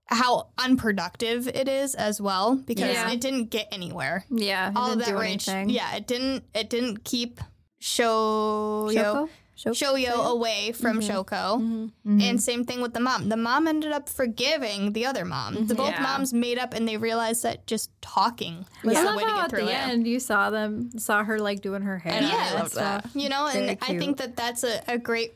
[SPEAKER 1] how unproductive it is as well because
[SPEAKER 3] Yeah.
[SPEAKER 1] it didn't get anywhere.
[SPEAKER 3] Yeah, it
[SPEAKER 1] All of
[SPEAKER 3] didn't
[SPEAKER 1] that
[SPEAKER 3] do
[SPEAKER 1] rage,
[SPEAKER 3] anything.
[SPEAKER 1] yeah, it didn't it didn't keep Shoyo
[SPEAKER 3] Shoko? Mm-hmm. Shoko?
[SPEAKER 1] Shoyo away from Shoko.
[SPEAKER 3] Mm-hmm.
[SPEAKER 1] And same thing with the mom. The mom ended up forgiving the other mom. The both
[SPEAKER 3] Mm-hmm. Yeah.
[SPEAKER 1] moms made up and they realized that just talking was
[SPEAKER 3] I
[SPEAKER 1] the
[SPEAKER 3] love
[SPEAKER 1] way to
[SPEAKER 3] how
[SPEAKER 1] get
[SPEAKER 3] at
[SPEAKER 1] through
[SPEAKER 3] the
[SPEAKER 1] it.
[SPEAKER 3] end you saw them, saw her like doing her hair.
[SPEAKER 2] And I
[SPEAKER 1] Yeah.
[SPEAKER 2] loved that.
[SPEAKER 1] You know,
[SPEAKER 3] Very
[SPEAKER 1] and I
[SPEAKER 3] cute.
[SPEAKER 1] think that that's a, a great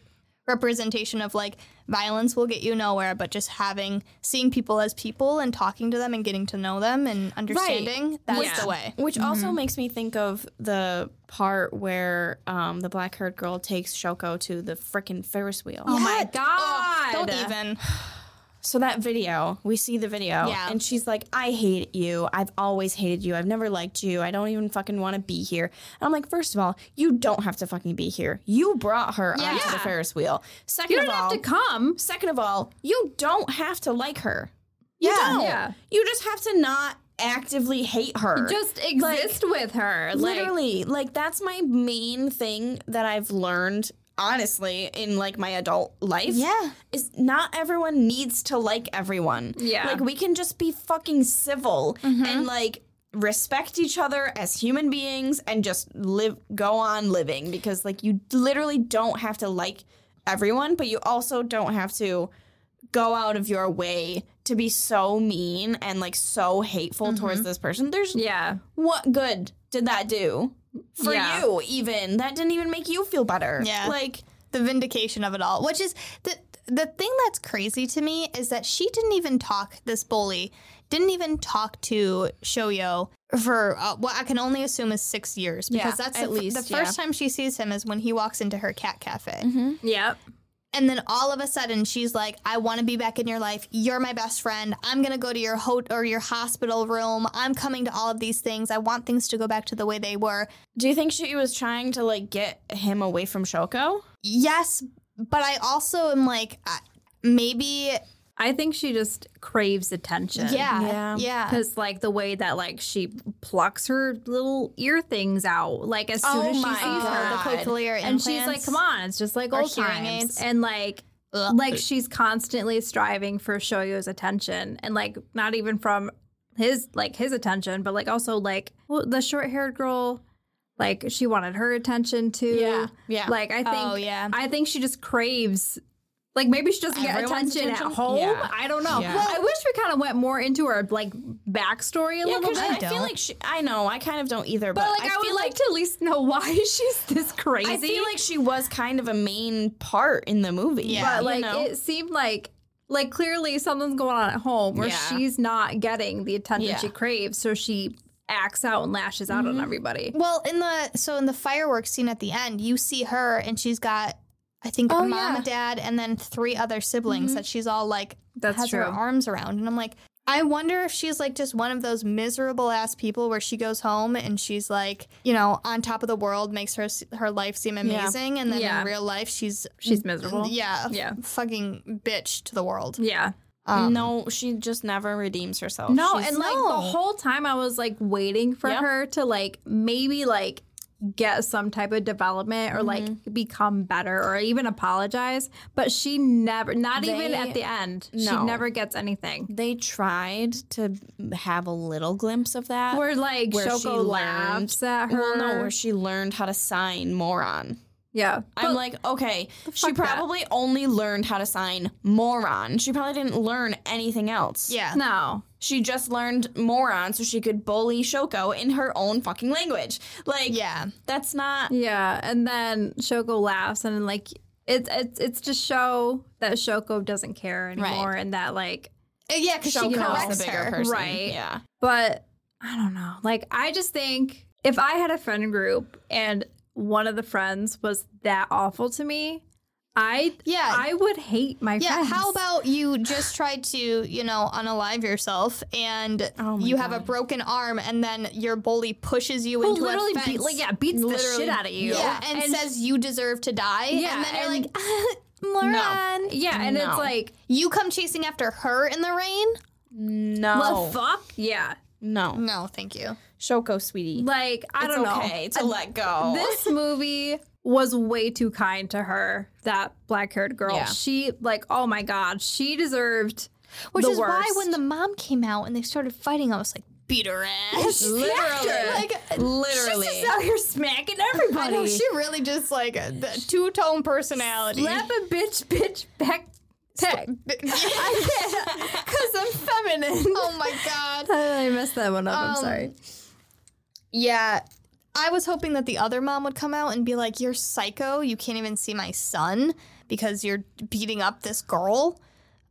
[SPEAKER 1] representation of like violence will get you nowhere, but just having seeing people as people and talking to them and getting to know them and understanding that's
[SPEAKER 2] Yeah.
[SPEAKER 1] the way.
[SPEAKER 2] Which also makes me think of the part where um, the black haired girl takes Shoko to the freaking Ferris wheel.
[SPEAKER 3] Oh my
[SPEAKER 1] Yes.
[SPEAKER 3] God.
[SPEAKER 1] Oh, Don't even.
[SPEAKER 2] So that video, we see the video,
[SPEAKER 1] Yeah.
[SPEAKER 2] and she's like, I hate you. I've always hated you. I've never liked you. I don't even fucking want to be here. And I'm like, first of all, you don't have to fucking be here. You brought her onto the
[SPEAKER 3] Yeah.
[SPEAKER 2] Ferris wheel. Second
[SPEAKER 3] You
[SPEAKER 2] of
[SPEAKER 3] didn't
[SPEAKER 2] all,
[SPEAKER 3] have to come.
[SPEAKER 2] second of all, you don't have to like her. You
[SPEAKER 1] Yeah.
[SPEAKER 2] don't.
[SPEAKER 3] Yeah.
[SPEAKER 2] You just have to not actively hate her.
[SPEAKER 3] Just exist with her. Like,
[SPEAKER 2] Literally, like that's my main thing that I've learned honestly in like my adult life.
[SPEAKER 1] Yeah.
[SPEAKER 2] Is not everyone needs to like everyone.
[SPEAKER 3] Yeah. Mm-hmm.
[SPEAKER 2] Like we can just be fucking civil and like respect each other as human beings and just live go on living because like you literally don't have to like everyone, but you also don't have to go out of your way to be so mean and like so hateful towards
[SPEAKER 3] Mm-hmm.
[SPEAKER 2] this person. There's
[SPEAKER 3] Yeah.
[SPEAKER 2] what good did that do for
[SPEAKER 3] Yeah.
[SPEAKER 2] you even that didn't even make you feel better
[SPEAKER 1] Yeah.
[SPEAKER 2] like
[SPEAKER 1] The vindication of it all. Which is the the thing that's crazy to me is that she didn't even talk this bully, didn't even talk to Shoyo for uh, what I can only assume is six years because
[SPEAKER 2] Yeah, Mm-hmm.
[SPEAKER 1] that's
[SPEAKER 2] at
[SPEAKER 1] the, f-
[SPEAKER 2] least,
[SPEAKER 1] the first time she sees him is when he walks into her cat cafe.
[SPEAKER 3] Yep.
[SPEAKER 1] And then all of a sudden, she's like, "I want to be back in your life. You're my best friend. I'm gonna go to your ho- or your hospital room. I'm coming to all of these things. I want things to go back to the way they were."
[SPEAKER 2] do you think she was trying to like get him away from shoko
[SPEAKER 1] Yes, but I also am like, I- maybe, uh,
[SPEAKER 3] I think she just craves attention.
[SPEAKER 1] yeah, yeah,
[SPEAKER 2] Yeah.
[SPEAKER 3] Because like the way that like she plucks her little ear things out, like as soon
[SPEAKER 2] Oh
[SPEAKER 3] as she
[SPEAKER 2] my
[SPEAKER 3] sees
[SPEAKER 2] God.
[SPEAKER 3] her,
[SPEAKER 1] the cochlear
[SPEAKER 3] and she's like,
[SPEAKER 1] implants.
[SPEAKER 3] "Come on, it's just like
[SPEAKER 1] Or
[SPEAKER 3] old
[SPEAKER 1] hearing
[SPEAKER 3] times."
[SPEAKER 1] aids.
[SPEAKER 3] And like,
[SPEAKER 1] Ugh.
[SPEAKER 3] like she's constantly striving for Shoyo's attention, and like not even from his like his attention, but like also like well, the short haired girl, like she wanted her attention too.
[SPEAKER 2] Yeah. Yeah.
[SPEAKER 3] Like I think,
[SPEAKER 1] Oh, yeah.
[SPEAKER 3] I think she just craves. Like maybe she doesn't get
[SPEAKER 2] Everyone's
[SPEAKER 3] attention, at
[SPEAKER 2] attention?
[SPEAKER 3] home.
[SPEAKER 2] Yeah.
[SPEAKER 3] I don't know.
[SPEAKER 2] Yeah.
[SPEAKER 3] Well, I wish we kind of went more into her like backstory a
[SPEAKER 2] yeah
[SPEAKER 3] little
[SPEAKER 2] because
[SPEAKER 3] bit.
[SPEAKER 2] I,
[SPEAKER 1] don't.
[SPEAKER 2] feel like she i know i kind of don't either but,
[SPEAKER 3] But like I, would
[SPEAKER 2] feel
[SPEAKER 3] like, to at least know <laughs> why she's this crazy.
[SPEAKER 2] i feel like she was kind of a main part in the movie
[SPEAKER 1] Yeah.
[SPEAKER 3] but
[SPEAKER 2] you
[SPEAKER 3] like
[SPEAKER 2] know?
[SPEAKER 3] it seemed like like clearly something's going on at home where
[SPEAKER 2] Yeah.
[SPEAKER 3] she's not getting the attention
[SPEAKER 2] Yeah. Mm-hmm.
[SPEAKER 3] she craves, so she acts out and lashes out on everybody.
[SPEAKER 1] Well, in the so in the fireworks scene at the end, you see her and she's got, I think,
[SPEAKER 3] Oh,
[SPEAKER 1] a mom,
[SPEAKER 3] yeah.
[SPEAKER 1] a dad, and then three other siblings that she's all like
[SPEAKER 3] That's
[SPEAKER 1] has her
[SPEAKER 3] true.
[SPEAKER 1] arms around, and I'm like, I wonder if she's like just one of those miserable ass people where she goes home and she's like, you know, on top of the world, makes her her life seem amazing, and then
[SPEAKER 3] Yeah.
[SPEAKER 1] in real life she's
[SPEAKER 3] She's miserable.
[SPEAKER 1] yeah
[SPEAKER 3] Yeah.
[SPEAKER 1] f- fucking bitch to the world.
[SPEAKER 3] Yeah.
[SPEAKER 1] Um,
[SPEAKER 2] no she just never redeems herself
[SPEAKER 3] No,
[SPEAKER 2] Oh, She's-
[SPEAKER 3] and like
[SPEAKER 1] No.
[SPEAKER 3] the whole time I was like waiting for
[SPEAKER 2] Yeah.
[SPEAKER 3] her to like maybe like get some type of development or
[SPEAKER 2] Mm-hmm.
[SPEAKER 3] like become better or even apologize, but she never not even
[SPEAKER 2] They-
[SPEAKER 3] at the end. She
[SPEAKER 2] No.
[SPEAKER 3] never gets anything.
[SPEAKER 2] they tried to have a little glimpse of that
[SPEAKER 3] Where like Shoko laughs at her.
[SPEAKER 2] Well, no, where she learned how to sign moron.
[SPEAKER 3] Yeah.
[SPEAKER 2] I'm like, okay, she
[SPEAKER 3] fuck that.
[SPEAKER 2] probably only learned how to sign moron. She probably didn't learn anything else.
[SPEAKER 1] Yeah.
[SPEAKER 3] no.
[SPEAKER 2] She just learned moron so she could bully Shoko in her own fucking language. Like,
[SPEAKER 1] Yeah.
[SPEAKER 2] that's not.
[SPEAKER 3] Yeah, and then Shoko laughs, and like it's it's it's to show that Shoko doesn't care anymore, and that like,
[SPEAKER 1] Uh, Yeah, because she
[SPEAKER 2] Shoko's
[SPEAKER 1] corrects
[SPEAKER 2] the bigger
[SPEAKER 1] her.
[SPEAKER 2] person.
[SPEAKER 3] Right.
[SPEAKER 2] Yeah.
[SPEAKER 3] but I don't know. Like, I just think if I had a friend group and one of the friends was that awful to me, I
[SPEAKER 1] Yeah.
[SPEAKER 3] I would hate my
[SPEAKER 1] yeah,
[SPEAKER 3] friends.
[SPEAKER 1] how about you just try to, you know, unalive yourself and
[SPEAKER 2] Oh my
[SPEAKER 1] you have a
[SPEAKER 2] God.
[SPEAKER 1] broken arm and then your bully pushes you
[SPEAKER 3] who
[SPEAKER 1] into
[SPEAKER 3] literally
[SPEAKER 1] a fence.
[SPEAKER 3] beat like yeah beats the shit out of you?
[SPEAKER 1] Yeah, and, says you deserve to die.
[SPEAKER 3] Yeah,
[SPEAKER 1] and then you're
[SPEAKER 3] and-
[SPEAKER 1] like, <laughs> moron.
[SPEAKER 3] yeah, and
[SPEAKER 2] No.
[SPEAKER 3] it's like
[SPEAKER 1] You come chasing after her in the rain?
[SPEAKER 2] No.
[SPEAKER 3] the fuck yeah.
[SPEAKER 2] no.
[SPEAKER 1] No, thank you.
[SPEAKER 2] Shoko, sweetie.
[SPEAKER 3] Like I
[SPEAKER 2] it's
[SPEAKER 3] don't know.
[SPEAKER 2] okay to let go.
[SPEAKER 3] this <laughs> movie was way too kind to her that black haired girl
[SPEAKER 2] Yeah.
[SPEAKER 3] she like oh my god she <laughs> deserved
[SPEAKER 1] Which
[SPEAKER 3] the
[SPEAKER 1] is why
[SPEAKER 3] worst.
[SPEAKER 1] when the mom came out and they started fighting, I was like, beat her ass.
[SPEAKER 2] literally.
[SPEAKER 1] <laughs> like,
[SPEAKER 2] literally.
[SPEAKER 3] she's just out here Oh, smacking everybody
[SPEAKER 1] I know, she really just like the two tone personality. <laughs>
[SPEAKER 3] slap a bitch bitch back peck because i'm feminine
[SPEAKER 1] oh my god.
[SPEAKER 3] <laughs> i messed that one up i'm
[SPEAKER 1] Um,
[SPEAKER 3] sorry
[SPEAKER 1] Yeah. I was hoping that the other mom would come out and be like, You're psycho. You can't even see my son because you're beating up this girl.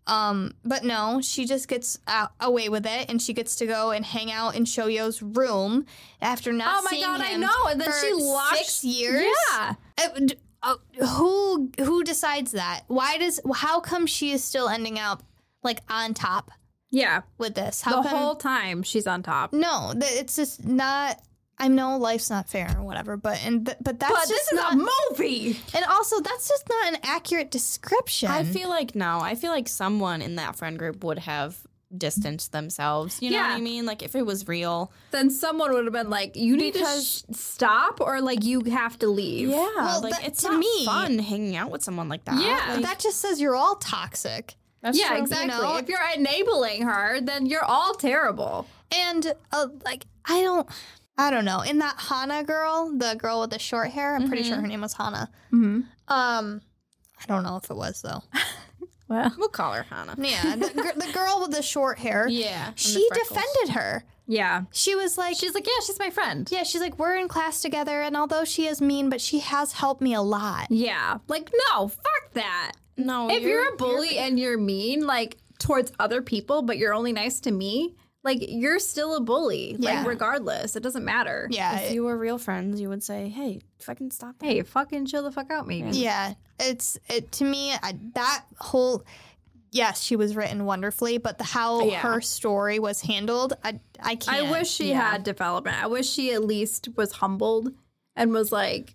[SPEAKER 1] Um, but no, she just gets out, away with it and she gets to go and hang out in Shoyo's room after not
[SPEAKER 3] Oh my
[SPEAKER 1] seeing
[SPEAKER 3] God, I
[SPEAKER 1] him
[SPEAKER 3] know. And then
[SPEAKER 1] for
[SPEAKER 3] she locks-
[SPEAKER 1] six years.
[SPEAKER 3] yeah
[SPEAKER 1] Uh, d- uh, who who decides that? Why does how come she is still ending up like on top
[SPEAKER 3] yeah
[SPEAKER 1] with this?
[SPEAKER 3] the
[SPEAKER 1] How come
[SPEAKER 3] whole time she's on top
[SPEAKER 1] no, th- it's just not. I know life's not fair or whatever, but and th- but that's
[SPEAKER 3] but this
[SPEAKER 1] just
[SPEAKER 3] is
[SPEAKER 1] not.
[SPEAKER 3] a movie
[SPEAKER 1] and also, that's just not an accurate description.
[SPEAKER 3] <laughs>
[SPEAKER 2] I feel like no. I feel like someone in that friend group would have distanced themselves. You know
[SPEAKER 3] Yeah.
[SPEAKER 2] what I mean? Like if it was real.
[SPEAKER 3] then someone would have been like you need
[SPEAKER 2] Because-
[SPEAKER 3] to sh- stop or like you have to leave
[SPEAKER 1] Well,
[SPEAKER 2] like
[SPEAKER 1] that-
[SPEAKER 2] it's
[SPEAKER 1] to
[SPEAKER 2] not
[SPEAKER 1] me-
[SPEAKER 2] fun hanging out with someone like that.
[SPEAKER 3] Yeah.
[SPEAKER 2] Like,
[SPEAKER 1] that just says you're all toxic.
[SPEAKER 2] that's
[SPEAKER 3] yeah,
[SPEAKER 2] true.
[SPEAKER 3] exactly.
[SPEAKER 1] know?
[SPEAKER 3] If you're enabling her, then you're all terrible.
[SPEAKER 1] And uh, like, I don't, I don't know. In that Hana girl, the girl with the short hair, I'm pretty sure her name was Hana.
[SPEAKER 3] Mm-hmm.
[SPEAKER 1] Um, I don't know if it was though.
[SPEAKER 3] Well,
[SPEAKER 2] We'll call her Hannah.
[SPEAKER 1] Yeah, the, gir- the girl with the short hair.
[SPEAKER 2] Yeah. and the
[SPEAKER 1] she
[SPEAKER 2] freckles.
[SPEAKER 1] defended her.
[SPEAKER 3] yeah.
[SPEAKER 1] She was like,
[SPEAKER 3] She's like, yeah, she's my friend.
[SPEAKER 1] yeah, she's like, we're in class together, and although she is mean, but she has helped me a lot.
[SPEAKER 3] Yeah. Like, no, fuck that.
[SPEAKER 2] No,
[SPEAKER 3] if you're, a bully and you're mean, like towards other people, but you're only nice to me, like you're still a bully.
[SPEAKER 1] Yeah.
[SPEAKER 3] Like regardless, it doesn't matter.
[SPEAKER 1] Yeah,
[SPEAKER 2] if you were real friends, you would say, "Hey, fucking stop." it."
[SPEAKER 3] Hey, fucking chill the fuck out, maybe.
[SPEAKER 1] Yeah, it's it to me I, that whole. Yes, she was written wonderfully, but the how
[SPEAKER 3] Yeah.
[SPEAKER 1] her story was handled, I I
[SPEAKER 3] I
[SPEAKER 1] can't.
[SPEAKER 3] wish she
[SPEAKER 2] Yeah.
[SPEAKER 3] had development. I wish she at least was humbled and was like,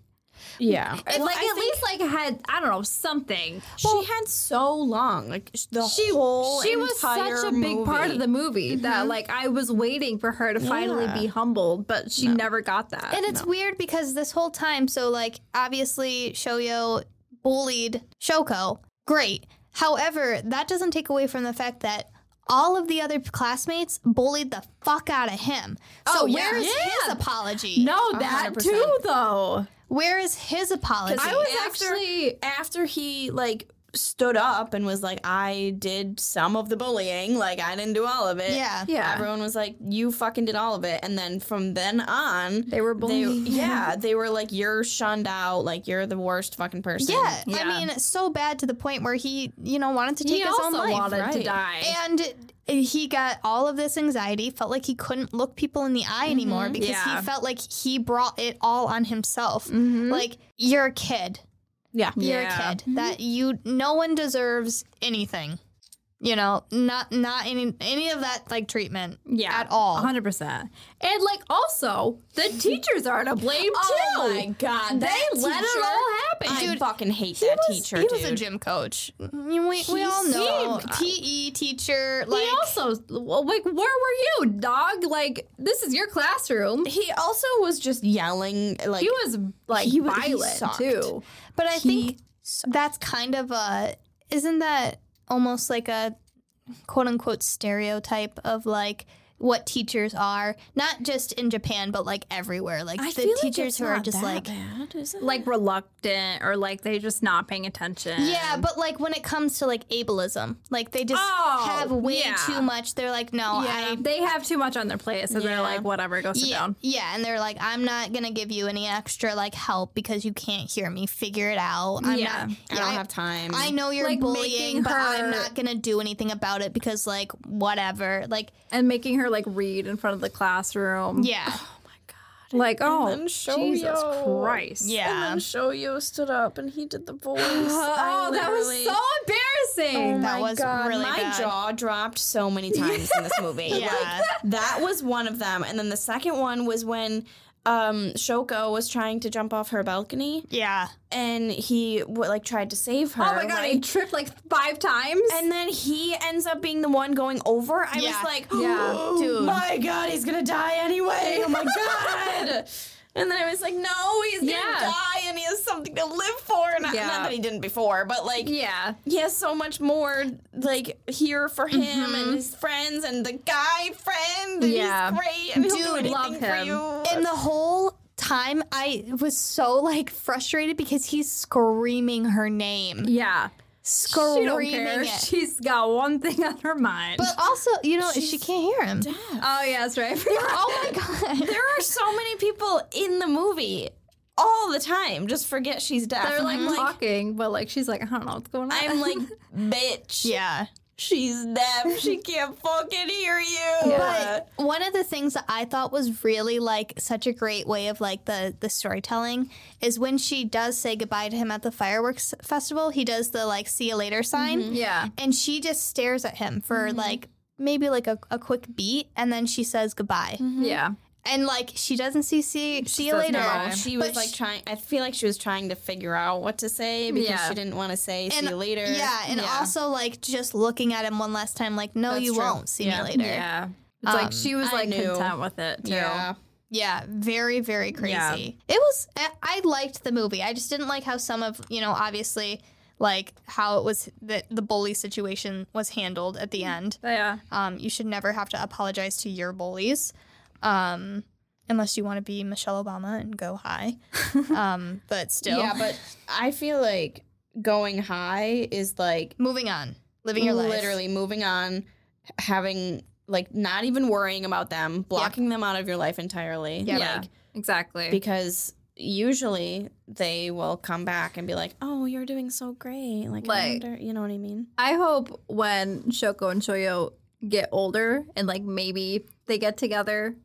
[SPEAKER 2] Yeah.
[SPEAKER 3] like
[SPEAKER 2] I
[SPEAKER 3] at
[SPEAKER 2] think
[SPEAKER 3] least like had I don't know something.
[SPEAKER 2] she had so long. Like sh- the
[SPEAKER 3] she
[SPEAKER 2] whole
[SPEAKER 3] she was such
[SPEAKER 2] entire
[SPEAKER 3] a big part of
[SPEAKER 2] movie. Mm-hmm.
[SPEAKER 3] the movie that like I was waiting for her to finally
[SPEAKER 2] Yeah.
[SPEAKER 3] be humbled, but she never got that.
[SPEAKER 1] and it's weird because this whole time, so like obviously Shoyo bullied Shoko. Great. However, that doesn't take away from the fact that all of the other classmates bullied the fuck out of him. So
[SPEAKER 3] Oh, yeah.
[SPEAKER 1] where's
[SPEAKER 3] Yeah.
[SPEAKER 1] his apology?
[SPEAKER 3] no, that
[SPEAKER 2] 100%.
[SPEAKER 3] too though.
[SPEAKER 1] Where is his apology?
[SPEAKER 3] I was
[SPEAKER 2] After-
[SPEAKER 3] actually
[SPEAKER 2] after he like stood up and was like, I did some of the bullying, like I didn't do all of it.
[SPEAKER 1] yeah.
[SPEAKER 3] yeah.
[SPEAKER 2] Everyone was like, You fucking did all of it. And then from then on
[SPEAKER 3] They were
[SPEAKER 2] they,
[SPEAKER 3] bullying.
[SPEAKER 2] yeah, they were like, You're shunned out, like you're the worst fucking person.
[SPEAKER 1] Yeah,
[SPEAKER 3] Yeah.
[SPEAKER 1] I mean, so bad to the point where he, you know, wanted to take
[SPEAKER 3] he
[SPEAKER 1] his
[SPEAKER 3] also
[SPEAKER 1] own life.
[SPEAKER 3] wanted to
[SPEAKER 2] right.
[SPEAKER 3] die.
[SPEAKER 1] And he got all of this anxiety, felt like he couldn't look people in the eye anymore because
[SPEAKER 3] Mm-hmm. Yeah. Mm-hmm.
[SPEAKER 1] he felt like he brought it all on himself. Like, you're a kid.
[SPEAKER 2] Yeah.
[SPEAKER 1] You're
[SPEAKER 3] Yeah. Mm-hmm.
[SPEAKER 1] a kid. That you no one deserves anything. You know, not not any any of that like treatment
[SPEAKER 3] yeah,
[SPEAKER 1] at all.
[SPEAKER 3] hundred percent. And like, also,
[SPEAKER 2] <laughs>
[SPEAKER 3] the teachers are to blame too.
[SPEAKER 2] Oh my god.
[SPEAKER 3] they
[SPEAKER 2] that
[SPEAKER 3] let
[SPEAKER 2] teacher-
[SPEAKER 3] it all happen.
[SPEAKER 2] I
[SPEAKER 1] Dude,
[SPEAKER 2] fucking hate
[SPEAKER 1] He
[SPEAKER 2] that
[SPEAKER 1] was,
[SPEAKER 2] teacher.
[SPEAKER 1] he
[SPEAKER 2] dude.
[SPEAKER 1] was a gym coach. We, we all know
[SPEAKER 3] seemed- uh,
[SPEAKER 1] TE teacher.
[SPEAKER 3] He
[SPEAKER 1] Like
[SPEAKER 3] also well, like, where were you, dog? Like, this is your classroom.
[SPEAKER 2] He also was just yelling like
[SPEAKER 3] He was like
[SPEAKER 2] He was- he
[SPEAKER 3] violent
[SPEAKER 2] sucked.
[SPEAKER 3] too.
[SPEAKER 1] But I
[SPEAKER 2] He
[SPEAKER 1] think that's kind of a isn't that almost like a quote unquote stereotype of like what teachers are, not just in Japan, but like everywhere. Like
[SPEAKER 2] I feel
[SPEAKER 1] the teachers who are just like,
[SPEAKER 2] bad, is it?
[SPEAKER 3] like reluctant or like they just not paying attention.
[SPEAKER 1] yeah, but like when it comes to like ableism, like they just
[SPEAKER 3] Oh,
[SPEAKER 1] have way
[SPEAKER 3] yeah.
[SPEAKER 1] too much. They're like, no, I.
[SPEAKER 3] they have too much on their plate, so
[SPEAKER 2] Yeah.
[SPEAKER 3] they're like, whatever, go sit
[SPEAKER 1] Yeah,
[SPEAKER 3] down.
[SPEAKER 1] yeah, and they're like, I'm not gonna give you any extra like help because you can't hear me. Figure it out. I'm
[SPEAKER 3] Yeah.
[SPEAKER 1] not.
[SPEAKER 2] I don't have time.
[SPEAKER 1] I know you're
[SPEAKER 3] Like,
[SPEAKER 1] bullying,
[SPEAKER 3] making
[SPEAKER 1] but I'm
[SPEAKER 3] her-
[SPEAKER 1] not gonna do anything about it because like whatever. Like
[SPEAKER 3] And making her like read in front of the
[SPEAKER 1] <sighs>
[SPEAKER 3] classroom.
[SPEAKER 1] yeah,
[SPEAKER 3] Like, oh,
[SPEAKER 2] then show
[SPEAKER 3] Jesus
[SPEAKER 2] you.
[SPEAKER 3] Christ.
[SPEAKER 2] And
[SPEAKER 1] yeah.
[SPEAKER 2] then Shoyo stood up and he <gasps> did the voice.
[SPEAKER 3] <gasps> Oh,
[SPEAKER 2] I
[SPEAKER 3] that was
[SPEAKER 2] literally-
[SPEAKER 3] so
[SPEAKER 2] Oh
[SPEAKER 3] embarrassing.
[SPEAKER 1] That
[SPEAKER 2] my
[SPEAKER 1] was
[SPEAKER 2] God,
[SPEAKER 1] really
[SPEAKER 2] my
[SPEAKER 1] bad.
[SPEAKER 2] jaw dropped so <laughs> many times in this movie. Like,
[SPEAKER 1] Yeah,
[SPEAKER 2] that was one of them. And then the second one was when um Shoko was trying to jump off her balcony
[SPEAKER 1] yeah.
[SPEAKER 2] and he w- like tried to save her.
[SPEAKER 3] Oh my god,
[SPEAKER 2] like-
[SPEAKER 3] I tripped like five times.
[SPEAKER 2] and then he ends up being the one going over. I
[SPEAKER 1] Yeah.
[SPEAKER 2] was like,
[SPEAKER 3] Yeah,
[SPEAKER 2] <gasps>
[SPEAKER 3] <gasps>
[SPEAKER 2] oh
[SPEAKER 1] dude.
[SPEAKER 2] my god, he's gonna die anyway.
[SPEAKER 3] <laughs>
[SPEAKER 2] Oh my god. And then I was like, no, he's gonna
[SPEAKER 3] Yeah.
[SPEAKER 2] die and he has something to live for. And I-
[SPEAKER 3] Yeah.
[SPEAKER 2] not that he didn't before, but like,
[SPEAKER 3] yeah.
[SPEAKER 2] he has so much more like here for him and his friends and the guy friend. and
[SPEAKER 3] Mm-hmm. Yeah.
[SPEAKER 2] he's great and he'll do
[SPEAKER 3] Dude,
[SPEAKER 2] anything
[SPEAKER 3] love him.
[SPEAKER 2] for you.
[SPEAKER 1] And the whole time I was so like frustrated because he's screaming her name.
[SPEAKER 3] Yeah. She don't
[SPEAKER 1] Screaming
[SPEAKER 3] care.
[SPEAKER 1] it.
[SPEAKER 3] She's got one thing <laughs> on her mind.
[SPEAKER 1] But also, you know, she can't hear him.
[SPEAKER 3] oh yeah, that's right. <laughs>
[SPEAKER 1] Oh my god.
[SPEAKER 2] there are so many people in the movie all the time. Just forget she's deaf.
[SPEAKER 3] They're
[SPEAKER 2] And
[SPEAKER 3] like
[SPEAKER 2] I'm
[SPEAKER 3] talking, but like she's like, I don't know what's going on. <laughs>
[SPEAKER 2] I'm like,
[SPEAKER 1] <laughs>
[SPEAKER 2] bitch.
[SPEAKER 1] Yeah.
[SPEAKER 2] She's deaf. <laughs> She can't fucking hear you.
[SPEAKER 1] But one of the things that I thought was really like such a great way of like the the storytelling is when she does say goodbye to him at the fireworks festival, he does the like see you later sign.
[SPEAKER 3] Mm-hmm. yeah.
[SPEAKER 1] and she just stares at him for like maybe like a, a quick beat and then she says goodbye
[SPEAKER 2] Mm-hmm.
[SPEAKER 3] Yeah.
[SPEAKER 1] and like she doesn't see see, see you
[SPEAKER 3] says
[SPEAKER 1] later
[SPEAKER 3] no.
[SPEAKER 2] No, she was
[SPEAKER 1] But
[SPEAKER 2] like
[SPEAKER 1] sh-
[SPEAKER 2] trying. I feel like she was trying to figure out what to say because
[SPEAKER 3] Yeah.
[SPEAKER 2] she didn't want to say "see
[SPEAKER 1] And-
[SPEAKER 2] you later."
[SPEAKER 1] yeah and
[SPEAKER 3] Yeah.
[SPEAKER 1] also like just looking at him one last time like no
[SPEAKER 2] That's
[SPEAKER 1] you
[SPEAKER 2] true.
[SPEAKER 1] won't see
[SPEAKER 2] Yeah.
[SPEAKER 1] me later yeah.
[SPEAKER 3] Yeah. It's
[SPEAKER 1] Um,
[SPEAKER 3] like she was
[SPEAKER 2] I
[SPEAKER 3] like
[SPEAKER 2] knew.
[SPEAKER 3] content with it too.
[SPEAKER 2] yeah.
[SPEAKER 1] very very crazy
[SPEAKER 3] Yeah.
[SPEAKER 1] it was I- i liked the movie i just didn't like how some of you know obviously like how it was that the bully situation was handled at the end
[SPEAKER 3] Yeah.
[SPEAKER 1] Um, you should never have to apologize to your bullies, um, unless you want to be Michelle Obama and go
[SPEAKER 3] <laughs>
[SPEAKER 1] high. um, but still,
[SPEAKER 2] Yeah, but <laughs> I feel like going high is like
[SPEAKER 1] moving on, living your life.
[SPEAKER 2] literally moving on, having like not even worrying about them, blocking them out of your life entirely.
[SPEAKER 1] Yeah.
[SPEAKER 2] Like,
[SPEAKER 3] exactly.
[SPEAKER 2] because usually they will come back and be like, "Oh, you're doing so great." Like, I
[SPEAKER 3] Like-
[SPEAKER 2] wonder- you know what I mean?
[SPEAKER 3] I hope when Shoko and Shoyo get older and like maybe they get together,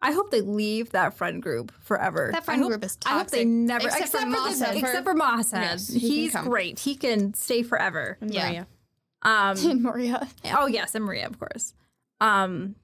[SPEAKER 3] I hope they leave that friend group forever.
[SPEAKER 1] That friend
[SPEAKER 3] I hope,
[SPEAKER 1] group is
[SPEAKER 3] I hope they
[SPEAKER 1] toxic,
[SPEAKER 3] never
[SPEAKER 1] except
[SPEAKER 3] except,
[SPEAKER 1] for
[SPEAKER 3] for,
[SPEAKER 1] Mossad.
[SPEAKER 3] the- except for Mossad.
[SPEAKER 2] Yes, he can
[SPEAKER 3] He's
[SPEAKER 2] come.
[SPEAKER 3] great. He can stay forever.
[SPEAKER 2] And
[SPEAKER 1] Yeah.
[SPEAKER 2] Maria.
[SPEAKER 3] <laughs>
[SPEAKER 1] <laughs>
[SPEAKER 3] Um
[SPEAKER 1] Maria.
[SPEAKER 3] oh yes, and Maria, of course. Um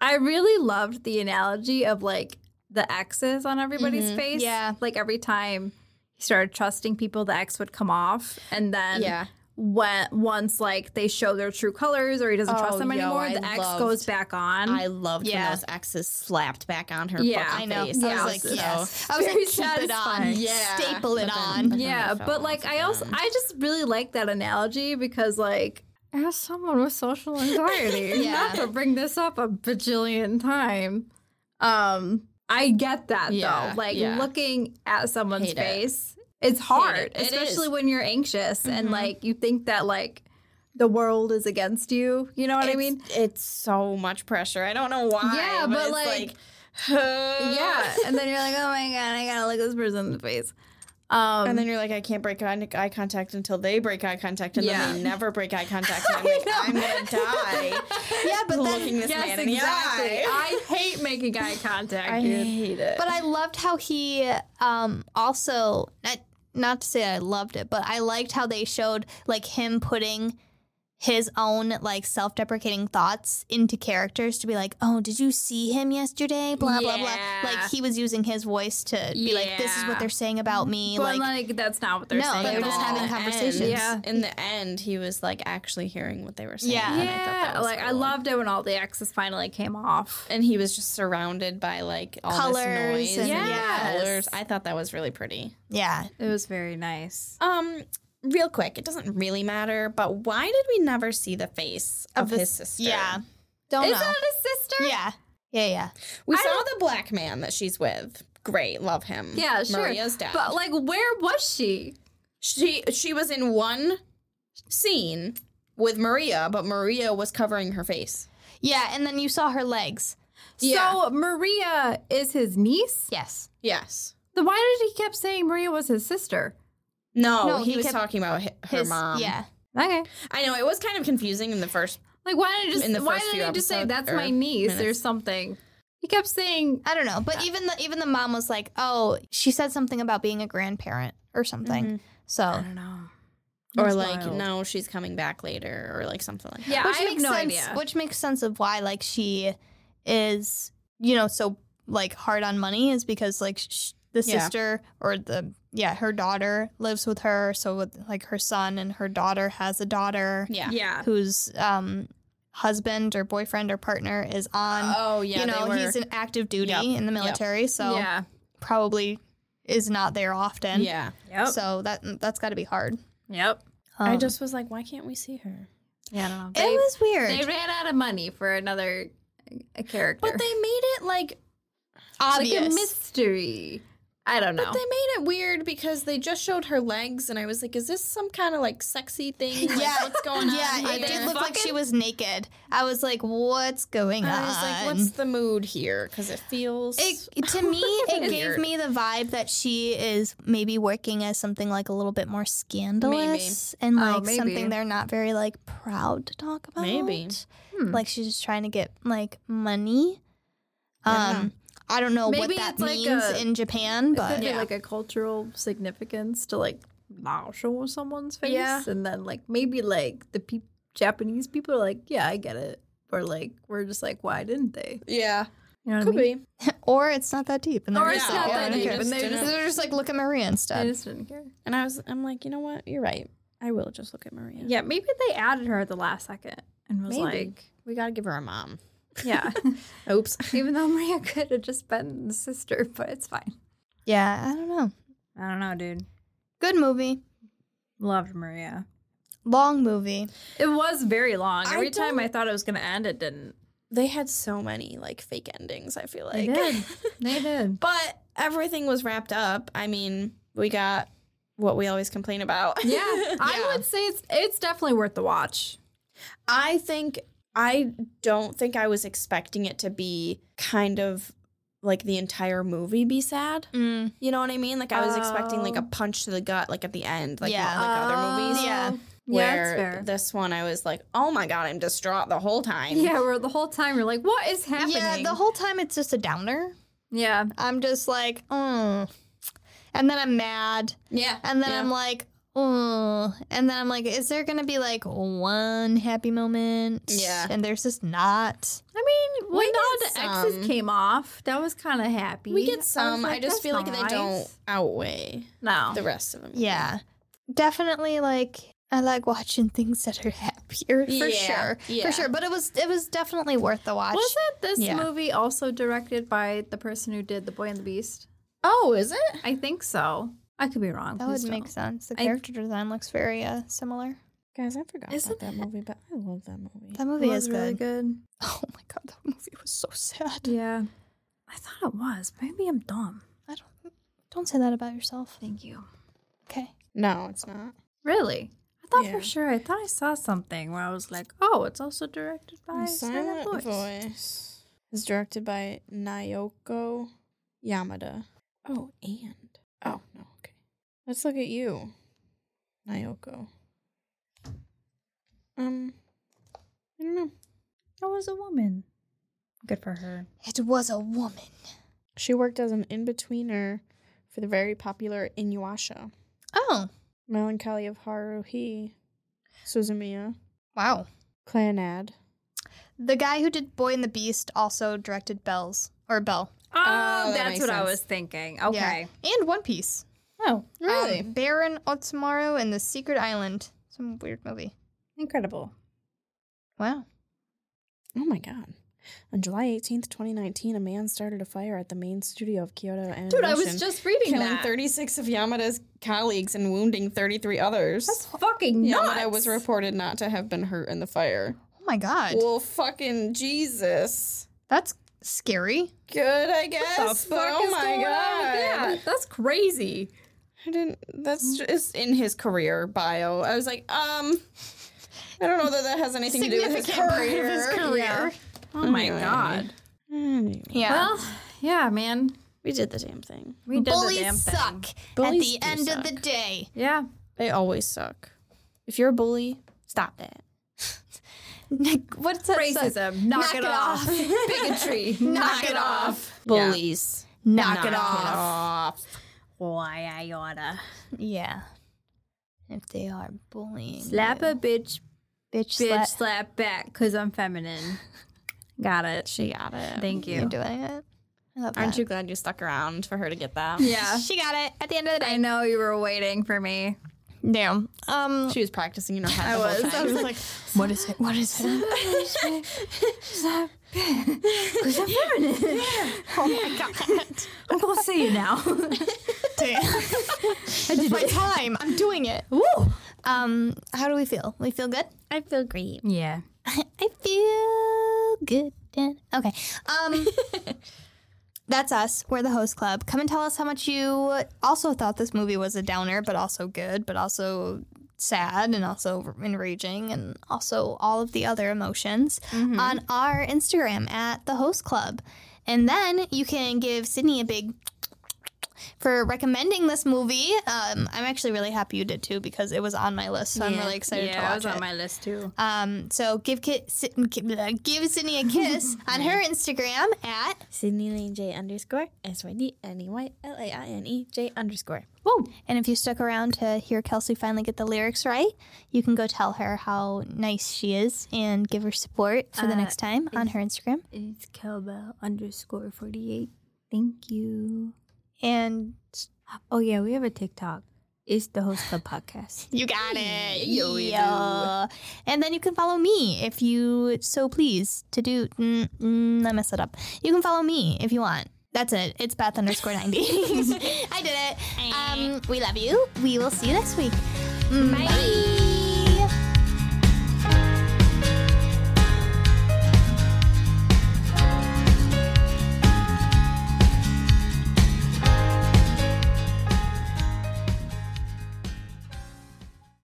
[SPEAKER 3] I really loved the analogy of like the X's on everybody's
[SPEAKER 2] Mhm.
[SPEAKER 3] face.
[SPEAKER 1] Yeah.
[SPEAKER 3] Like every time he started trusting people, the X would come off and then
[SPEAKER 2] yeah.
[SPEAKER 3] when once like they show their true colors or he doesn't
[SPEAKER 2] Oh,
[SPEAKER 3] trust them
[SPEAKER 2] yo,
[SPEAKER 3] anymore,
[SPEAKER 2] I
[SPEAKER 3] the X
[SPEAKER 2] loved-
[SPEAKER 3] goes back on.
[SPEAKER 2] I loved
[SPEAKER 1] Yeah.
[SPEAKER 2] when those exes slapped back on her
[SPEAKER 3] Yeah.
[SPEAKER 2] fucking
[SPEAKER 1] I know.
[SPEAKER 2] face.
[SPEAKER 1] I
[SPEAKER 3] Yeah.
[SPEAKER 1] was
[SPEAKER 2] so-
[SPEAKER 1] like, yes. I was
[SPEAKER 3] Very
[SPEAKER 1] like, keep it on.
[SPEAKER 3] satisfying.
[SPEAKER 2] Yeah.
[SPEAKER 1] Staple it
[SPEAKER 2] But then-
[SPEAKER 1] on.
[SPEAKER 3] <laughs>
[SPEAKER 2] but then
[SPEAKER 3] yeah,
[SPEAKER 2] it fell
[SPEAKER 3] but like
[SPEAKER 2] off
[SPEAKER 3] I also
[SPEAKER 2] again.
[SPEAKER 3] I just really like that analogy because like as someone with social <laughs> anxiety,
[SPEAKER 1] Yeah.
[SPEAKER 3] not to bring this up a bajillion time, um, I get that
[SPEAKER 2] Yeah,
[SPEAKER 3] though. Like
[SPEAKER 2] yeah.
[SPEAKER 3] looking at someone's
[SPEAKER 2] Hate it.
[SPEAKER 3] face, it's hard,
[SPEAKER 2] it. It
[SPEAKER 3] especially
[SPEAKER 2] is.
[SPEAKER 3] when you're anxious and like you think that like the world is against you. You know what I
[SPEAKER 2] It's-
[SPEAKER 3] mean?
[SPEAKER 2] it's so much pressure. I don't know why.
[SPEAKER 3] Yeah, but,
[SPEAKER 2] it's
[SPEAKER 3] like-
[SPEAKER 2] <sighs> yeah.
[SPEAKER 3] yeah. And then you're like, oh my God, I gotta look this person in the face. Um,
[SPEAKER 2] And then you're like, I can't break eye eye contact until they break eye contact, and
[SPEAKER 3] Yeah.
[SPEAKER 2] then they never break eye contact. And I'm like, I'm gonna die.
[SPEAKER 1] Yeah, but
[SPEAKER 2] looking
[SPEAKER 1] then.
[SPEAKER 2] this
[SPEAKER 3] yes,
[SPEAKER 2] man in the
[SPEAKER 3] exactly. Ah,
[SPEAKER 2] eye.
[SPEAKER 3] I
[SPEAKER 2] <laughs>
[SPEAKER 3] hate making eye contact,
[SPEAKER 2] I
[SPEAKER 3] dude.
[SPEAKER 2] hate it.
[SPEAKER 1] But I loved how he um, also not, not to say I loved it, but I liked how they showed like him putting his own like self-deprecating thoughts into characters to be like, "Oh, did you see him yesterday?" blah blah blah.
[SPEAKER 3] Yeah.
[SPEAKER 1] Like he was using his voice to be like, "This is what
[SPEAKER 3] Yeah.
[SPEAKER 1] they're saying about me."
[SPEAKER 3] But
[SPEAKER 1] like
[SPEAKER 3] like, that's not what they're
[SPEAKER 1] No,
[SPEAKER 3] saying.
[SPEAKER 1] they were
[SPEAKER 3] at
[SPEAKER 1] just
[SPEAKER 3] all.
[SPEAKER 1] having
[SPEAKER 2] In the
[SPEAKER 1] conversations.
[SPEAKER 2] end-
[SPEAKER 3] Yeah.
[SPEAKER 2] In the end, he was like actually hearing what they were saying.
[SPEAKER 1] Yeah.
[SPEAKER 2] and I thought that
[SPEAKER 3] Yeah,
[SPEAKER 2] was
[SPEAKER 3] like I
[SPEAKER 2] cool.
[SPEAKER 3] loved it when all the X's finally came off.
[SPEAKER 2] And he was just surrounded by like all
[SPEAKER 1] Colors
[SPEAKER 2] this noise
[SPEAKER 1] and-
[SPEAKER 3] Yes.
[SPEAKER 2] colors. I thought that was really pretty.
[SPEAKER 1] yeah.
[SPEAKER 3] It was very nice.
[SPEAKER 2] Um, real quick, it doesn't really matter, but why did we never see the face of,
[SPEAKER 1] the-
[SPEAKER 2] his sister?
[SPEAKER 1] Yeah. Don't
[SPEAKER 3] Is
[SPEAKER 1] know.
[SPEAKER 3] that his sister?
[SPEAKER 1] Yeah. Yeah, yeah.
[SPEAKER 2] We saw the black man that she's with. Great, love him.
[SPEAKER 3] Yeah, sure.
[SPEAKER 2] Maria's dad.
[SPEAKER 3] But like, where was she?
[SPEAKER 2] she she was in one scene with Maria, but Maria was covering her face.
[SPEAKER 1] Yeah, and then you saw her legs.
[SPEAKER 2] Yeah.
[SPEAKER 3] So Maria is his niece.
[SPEAKER 1] Yes.
[SPEAKER 2] Yes.
[SPEAKER 3] Then why did he kept saying Maria was his sister?
[SPEAKER 2] No,
[SPEAKER 1] No,
[SPEAKER 2] he,
[SPEAKER 1] he
[SPEAKER 2] was
[SPEAKER 1] kept-
[SPEAKER 2] talking about hi- her
[SPEAKER 1] His-
[SPEAKER 2] mom.
[SPEAKER 1] Yeah.
[SPEAKER 3] Okay.
[SPEAKER 2] I know it was kind of confusing in the first.
[SPEAKER 3] Like why did it just
[SPEAKER 2] In the
[SPEAKER 3] why
[SPEAKER 2] first
[SPEAKER 3] did
[SPEAKER 2] few
[SPEAKER 3] he just say
[SPEAKER 2] episodes
[SPEAKER 3] that's
[SPEAKER 2] or
[SPEAKER 3] my niece or
[SPEAKER 2] minutes.
[SPEAKER 3] something? He kept saying
[SPEAKER 1] I don't know, but even the even the mom was like, "Oh, she said something about being a grandparent or something."
[SPEAKER 2] Mm-hmm.
[SPEAKER 1] So
[SPEAKER 3] don't know.
[SPEAKER 2] Oh. Or
[SPEAKER 3] That's
[SPEAKER 2] like,
[SPEAKER 3] wild.
[SPEAKER 2] no, she's coming back later, or like something like that.
[SPEAKER 3] Yeah,
[SPEAKER 1] which
[SPEAKER 3] I have
[SPEAKER 1] makes
[SPEAKER 3] no
[SPEAKER 1] sense.
[SPEAKER 3] idea.
[SPEAKER 1] Which makes sense of why like she is you know so like hard on money is because like sh- the
[SPEAKER 2] Yeah.
[SPEAKER 1] sister or the yeah her daughter lives with her, so with like her son and her daughter has a daughter
[SPEAKER 2] Yeah.
[SPEAKER 3] yeah.
[SPEAKER 1] whose um husband or boyfriend or partner is on.
[SPEAKER 2] Oh yeah.
[SPEAKER 1] you know
[SPEAKER 2] they were-
[SPEAKER 1] he's in active duty
[SPEAKER 2] Yep.
[SPEAKER 1] in the military, so
[SPEAKER 3] yeah.
[SPEAKER 1] probably is not there often.
[SPEAKER 2] yeah.
[SPEAKER 3] Yep.
[SPEAKER 1] So that that's got to be hard.
[SPEAKER 3] yep.
[SPEAKER 2] I
[SPEAKER 1] Oh. Um,
[SPEAKER 2] just was like, why can't we see her?
[SPEAKER 3] Yeah, I don't know.
[SPEAKER 1] it
[SPEAKER 3] They,
[SPEAKER 1] was weird.
[SPEAKER 3] they ran out of money for another a character.
[SPEAKER 2] But they made it like
[SPEAKER 3] <laughs> like a
[SPEAKER 1] Obvious.
[SPEAKER 3] mystery. I don't know.
[SPEAKER 2] But they made it weird because they just showed her legs, and I was like, "Is this some kind of like sexy thing? Like,
[SPEAKER 1] Yeah.
[SPEAKER 2] what's going
[SPEAKER 1] <laughs>
[SPEAKER 2] on?"
[SPEAKER 1] yeah,
[SPEAKER 2] here?
[SPEAKER 1] it did look like she was naked. I was like, "What's going on?"
[SPEAKER 2] I was like, "What's the mood here?" Because it feels
[SPEAKER 1] it, to
[SPEAKER 2] <laughs>
[SPEAKER 1] me, it gave
[SPEAKER 2] Weird.
[SPEAKER 1] me the vibe that she is maybe working as something like a little bit more scandalous and
[SPEAKER 3] Oh,
[SPEAKER 1] like
[SPEAKER 3] maybe.
[SPEAKER 1] something they're not very like proud to talk about.
[SPEAKER 2] Maybe.
[SPEAKER 3] Hmm.
[SPEAKER 1] like she's just trying to get like money.
[SPEAKER 2] Yeah.
[SPEAKER 1] Um, I don't know
[SPEAKER 3] Maybe
[SPEAKER 1] what that
[SPEAKER 3] it's like
[SPEAKER 1] means
[SPEAKER 3] a-
[SPEAKER 1] in Japan,
[SPEAKER 3] It could
[SPEAKER 1] but
[SPEAKER 3] be
[SPEAKER 2] Yeah.
[SPEAKER 3] like a cultural significance to like not show someone's face,
[SPEAKER 2] Yeah.
[SPEAKER 3] and then like maybe like the peop Japanese people are like, yeah, I get it, or like we're just like, why didn't they?
[SPEAKER 2] yeah,
[SPEAKER 3] You know what
[SPEAKER 2] could
[SPEAKER 3] I mean?
[SPEAKER 2] be.
[SPEAKER 1] or it's not that deep, and they're
[SPEAKER 3] Or
[SPEAKER 1] just
[SPEAKER 3] it's
[SPEAKER 2] Yeah,
[SPEAKER 1] like,
[SPEAKER 3] not
[SPEAKER 1] "Oh, I
[SPEAKER 3] that
[SPEAKER 1] don't
[SPEAKER 3] deep,
[SPEAKER 1] care."
[SPEAKER 2] just
[SPEAKER 3] and they're
[SPEAKER 2] didn't-
[SPEAKER 3] just, Mm.
[SPEAKER 1] They're just like, look at Maria
[SPEAKER 3] I
[SPEAKER 1] instead.
[SPEAKER 3] just didn't care.
[SPEAKER 2] And I was, I'm like, you know what? You're right. I will just look at Maria.
[SPEAKER 3] Yeah, maybe they added her at the last second and was
[SPEAKER 2] Maybe.
[SPEAKER 3] like,
[SPEAKER 2] we gotta give her a mom.
[SPEAKER 3] <laughs> yeah,
[SPEAKER 2] Oops.
[SPEAKER 3] even though Maria <laughs> could have just been the sister, but it's fine.
[SPEAKER 1] Yeah, I don't know.
[SPEAKER 3] I don't know, dude.
[SPEAKER 1] Good movie,
[SPEAKER 3] Loved Maria.
[SPEAKER 1] long movie.
[SPEAKER 3] It was very long.
[SPEAKER 2] I
[SPEAKER 3] Every time
[SPEAKER 2] don't-
[SPEAKER 3] I thought it was going to end, it didn't.
[SPEAKER 2] They had so many like fake endings. I feel like,
[SPEAKER 3] <laughs> They did.
[SPEAKER 2] but everything was wrapped up. I mean, we got what we always complain about. <laughs>
[SPEAKER 3] Yeah, <laughs> I would say it's it's definitely worth the watch.
[SPEAKER 2] I think I don't think I was expecting it to be kind of like the entire movie be sad.
[SPEAKER 1] Mm.
[SPEAKER 2] You know what I mean? Like I was expecting like a
[SPEAKER 3] Oh.
[SPEAKER 2] punch to the gut, like at the end, like
[SPEAKER 1] Yeah.
[SPEAKER 2] not like other movies.
[SPEAKER 1] yeah.
[SPEAKER 3] Um, yeah, that's
[SPEAKER 2] Where
[SPEAKER 3] fair.
[SPEAKER 2] this one, I was like, oh my god, I'm distraught the whole time.
[SPEAKER 3] yeah, where the whole time you're like, what is happening?
[SPEAKER 1] Yeah, the whole time it's just a downer.
[SPEAKER 3] yeah,
[SPEAKER 1] I'm just like, mm. and then I'm mad,
[SPEAKER 2] yeah.
[SPEAKER 1] and then
[SPEAKER 2] Yeah.
[SPEAKER 1] I'm like, mm. and then I'm like, is there gonna be like one happy moment?
[SPEAKER 2] Yeah.
[SPEAKER 1] and there's just not.
[SPEAKER 3] I mean, when
[SPEAKER 2] We
[SPEAKER 3] all
[SPEAKER 2] get
[SPEAKER 3] the exes
[SPEAKER 2] some.
[SPEAKER 3] came off, that was kind of happy.
[SPEAKER 2] We
[SPEAKER 3] I
[SPEAKER 2] get
[SPEAKER 3] was
[SPEAKER 2] some. I,
[SPEAKER 3] like,
[SPEAKER 2] just
[SPEAKER 3] that's
[SPEAKER 2] feel like they
[SPEAKER 3] nice.
[SPEAKER 2] don't outweigh
[SPEAKER 3] No,
[SPEAKER 2] the rest of them.
[SPEAKER 1] Yeah, definitely like. I like watching things that are happier for
[SPEAKER 2] Yeah,
[SPEAKER 1] sure,
[SPEAKER 2] yeah.
[SPEAKER 1] for sure. But it was it was definitely worth the watch.
[SPEAKER 3] wasn't this
[SPEAKER 1] Yeah.
[SPEAKER 3] movie also directed by the person who did The Boy and the Beast?
[SPEAKER 2] Oh, is it?
[SPEAKER 3] I think so. I could be wrong.
[SPEAKER 1] That
[SPEAKER 3] Please
[SPEAKER 1] would make
[SPEAKER 3] don't.
[SPEAKER 1] sense. The
[SPEAKER 3] I-
[SPEAKER 1] character design looks very uh, similar.
[SPEAKER 2] Guys, I forgot
[SPEAKER 3] Isn't
[SPEAKER 2] about that movie, but I love that movie.
[SPEAKER 1] That
[SPEAKER 3] It
[SPEAKER 1] movie
[SPEAKER 3] was
[SPEAKER 1] is
[SPEAKER 3] really
[SPEAKER 1] good.
[SPEAKER 3] good.
[SPEAKER 1] <laughs> Oh my god, that movie was so sad.
[SPEAKER 3] Yeah, I thought it was. Maybe I'm dumb.
[SPEAKER 1] I don't don't say that about yourself.
[SPEAKER 3] Thank you.
[SPEAKER 1] Okay.
[SPEAKER 2] No, it's not.
[SPEAKER 3] Really? I thought
[SPEAKER 2] Yeah.
[SPEAKER 3] for sure. I thought I saw something where I was like, "Oh, it's also directed by Silent, Voice."
[SPEAKER 2] Voice is directed by Naoko Yamada. Oh, and oh no, okay. Let's look at you, Naoko. Um, I don't know.
[SPEAKER 3] That was a woman. Good for her.
[SPEAKER 1] It was a woman.
[SPEAKER 2] She worked as an in-betweener for the very popular Inuyasha,
[SPEAKER 1] Oh,
[SPEAKER 2] Melancholy of Haruhi, Suzumiya,
[SPEAKER 1] wow.
[SPEAKER 2] Clanad.
[SPEAKER 1] The guy who did Boy and the Beast also directed Bells or Bell
[SPEAKER 3] Oh,
[SPEAKER 2] that
[SPEAKER 3] that's
[SPEAKER 2] makes
[SPEAKER 3] what I
[SPEAKER 2] sense.
[SPEAKER 3] was thinking. Okay.
[SPEAKER 1] and One Piece.
[SPEAKER 3] Oh,
[SPEAKER 1] Um, Baron Otsumaru and the Secret Island. Some weird movie.
[SPEAKER 3] incredible.
[SPEAKER 1] Wow.
[SPEAKER 2] Oh my god. On July 18th, 2019, a man started a fire at the main studio of Kyoto Animation.
[SPEAKER 3] Dude, I was just reading
[SPEAKER 2] killing
[SPEAKER 3] that.
[SPEAKER 2] 36 of Yamada's colleagues and wounding 33 others.
[SPEAKER 3] That's fucking nuts.
[SPEAKER 2] Yamada was reported not to have been hurt in the fire.
[SPEAKER 1] Oh my god.
[SPEAKER 2] Well, fucking Jesus.
[SPEAKER 1] That's scary.
[SPEAKER 2] Good, I guess. oh my god.
[SPEAKER 3] That's crazy.
[SPEAKER 2] I didn't that's just in his career bio. I was like, um I don't know that that has anything to do with his
[SPEAKER 1] Significant part of
[SPEAKER 2] career.
[SPEAKER 1] his career.
[SPEAKER 3] Oh my
[SPEAKER 2] Anyway.
[SPEAKER 3] god.
[SPEAKER 2] Anyway.
[SPEAKER 1] Yeah.
[SPEAKER 3] Well, yeah, man.
[SPEAKER 2] We did the damn thing.
[SPEAKER 3] We did the damn
[SPEAKER 1] Bullies
[SPEAKER 3] thing.
[SPEAKER 1] suck at
[SPEAKER 2] Bullies do
[SPEAKER 1] the end
[SPEAKER 2] suck.
[SPEAKER 1] of the day.
[SPEAKER 3] Yeah.
[SPEAKER 2] They always suck. If you're a bully, stop that.
[SPEAKER 1] Nick, What's that?
[SPEAKER 3] Racism.
[SPEAKER 1] song?
[SPEAKER 3] Knock,
[SPEAKER 1] Knock
[SPEAKER 3] it,
[SPEAKER 1] it
[SPEAKER 3] off. <laughs> Bigotry. <laughs> knock it off.
[SPEAKER 2] Bullies.
[SPEAKER 1] Knock, it off.
[SPEAKER 3] Why I oughta.
[SPEAKER 1] Yeah. If they are bullying.
[SPEAKER 3] Slap a bitch,
[SPEAKER 1] you. bitch.
[SPEAKER 3] bitch,
[SPEAKER 1] Bitch.
[SPEAKER 3] slap back, because I'm feminine. Got it.
[SPEAKER 2] She got it.
[SPEAKER 3] Thank
[SPEAKER 1] You're
[SPEAKER 3] you.
[SPEAKER 1] doing it. I love
[SPEAKER 2] Aren't
[SPEAKER 1] that.
[SPEAKER 2] you glad you stuck around for her to get that?
[SPEAKER 3] Yeah.
[SPEAKER 1] She got it at the end of the
[SPEAKER 3] I
[SPEAKER 1] day.
[SPEAKER 3] know you were waiting for me.
[SPEAKER 1] Damn. Um.
[SPEAKER 2] She was practicing in her
[SPEAKER 3] I
[SPEAKER 2] head. the whole
[SPEAKER 3] was.
[SPEAKER 1] <laughs>
[SPEAKER 2] time.
[SPEAKER 3] I was
[SPEAKER 2] like,
[SPEAKER 1] What is it? What is
[SPEAKER 3] <laughs>
[SPEAKER 1] it?
[SPEAKER 3] Because I'm feminine.
[SPEAKER 1] oh my god.
[SPEAKER 3] I'm going to see you now.
[SPEAKER 1] Damn. <laughs> it's my time. I'm doing it. Woo. Um. How do we feel? We feel good.
[SPEAKER 2] I feel great.
[SPEAKER 3] <laughs> yeah.
[SPEAKER 1] I feel good. Dan. Okay.
[SPEAKER 3] <laughs>
[SPEAKER 1] Um. That's us. We're the host club. Come and tell us how much you also thought this movie was a downer, but also good, but also sad and also enraging and also all of the other emotions
[SPEAKER 3] Mm-hmm.
[SPEAKER 1] on our Instagram at the host club. And then you can give Sydney a big for recommending this movie. Um, I'm actually really happy you did too because it was on my list, so I'm really excited to watch
[SPEAKER 3] Yeah, it was
[SPEAKER 1] it.
[SPEAKER 3] on my list too.
[SPEAKER 1] Um, so give ki- Sy- ki- blah, give Sydney a <laughs> kiss on her Instagram at
[SPEAKER 2] Sydney Lane J underscore S Y D N E Y L A I N E J underscore.
[SPEAKER 1] And if you stuck around to hear Kelsey finally get the lyrics right, you can go tell her how nice she is and give her support for the next time on her Instagram.
[SPEAKER 3] It's cowbell underscore 48. Thank you.
[SPEAKER 1] And
[SPEAKER 3] Oh, yeah, we have a TikTok. It's the Host Club Podcast.
[SPEAKER 1] you got it. Yeah. And then you can follow me if you so please to do. Mm, mm, I messed it up. You can follow me if you want. That's it. It's Beth underscore 90. <laughs> I did it. Um, we love you. We will see you next week. Bye.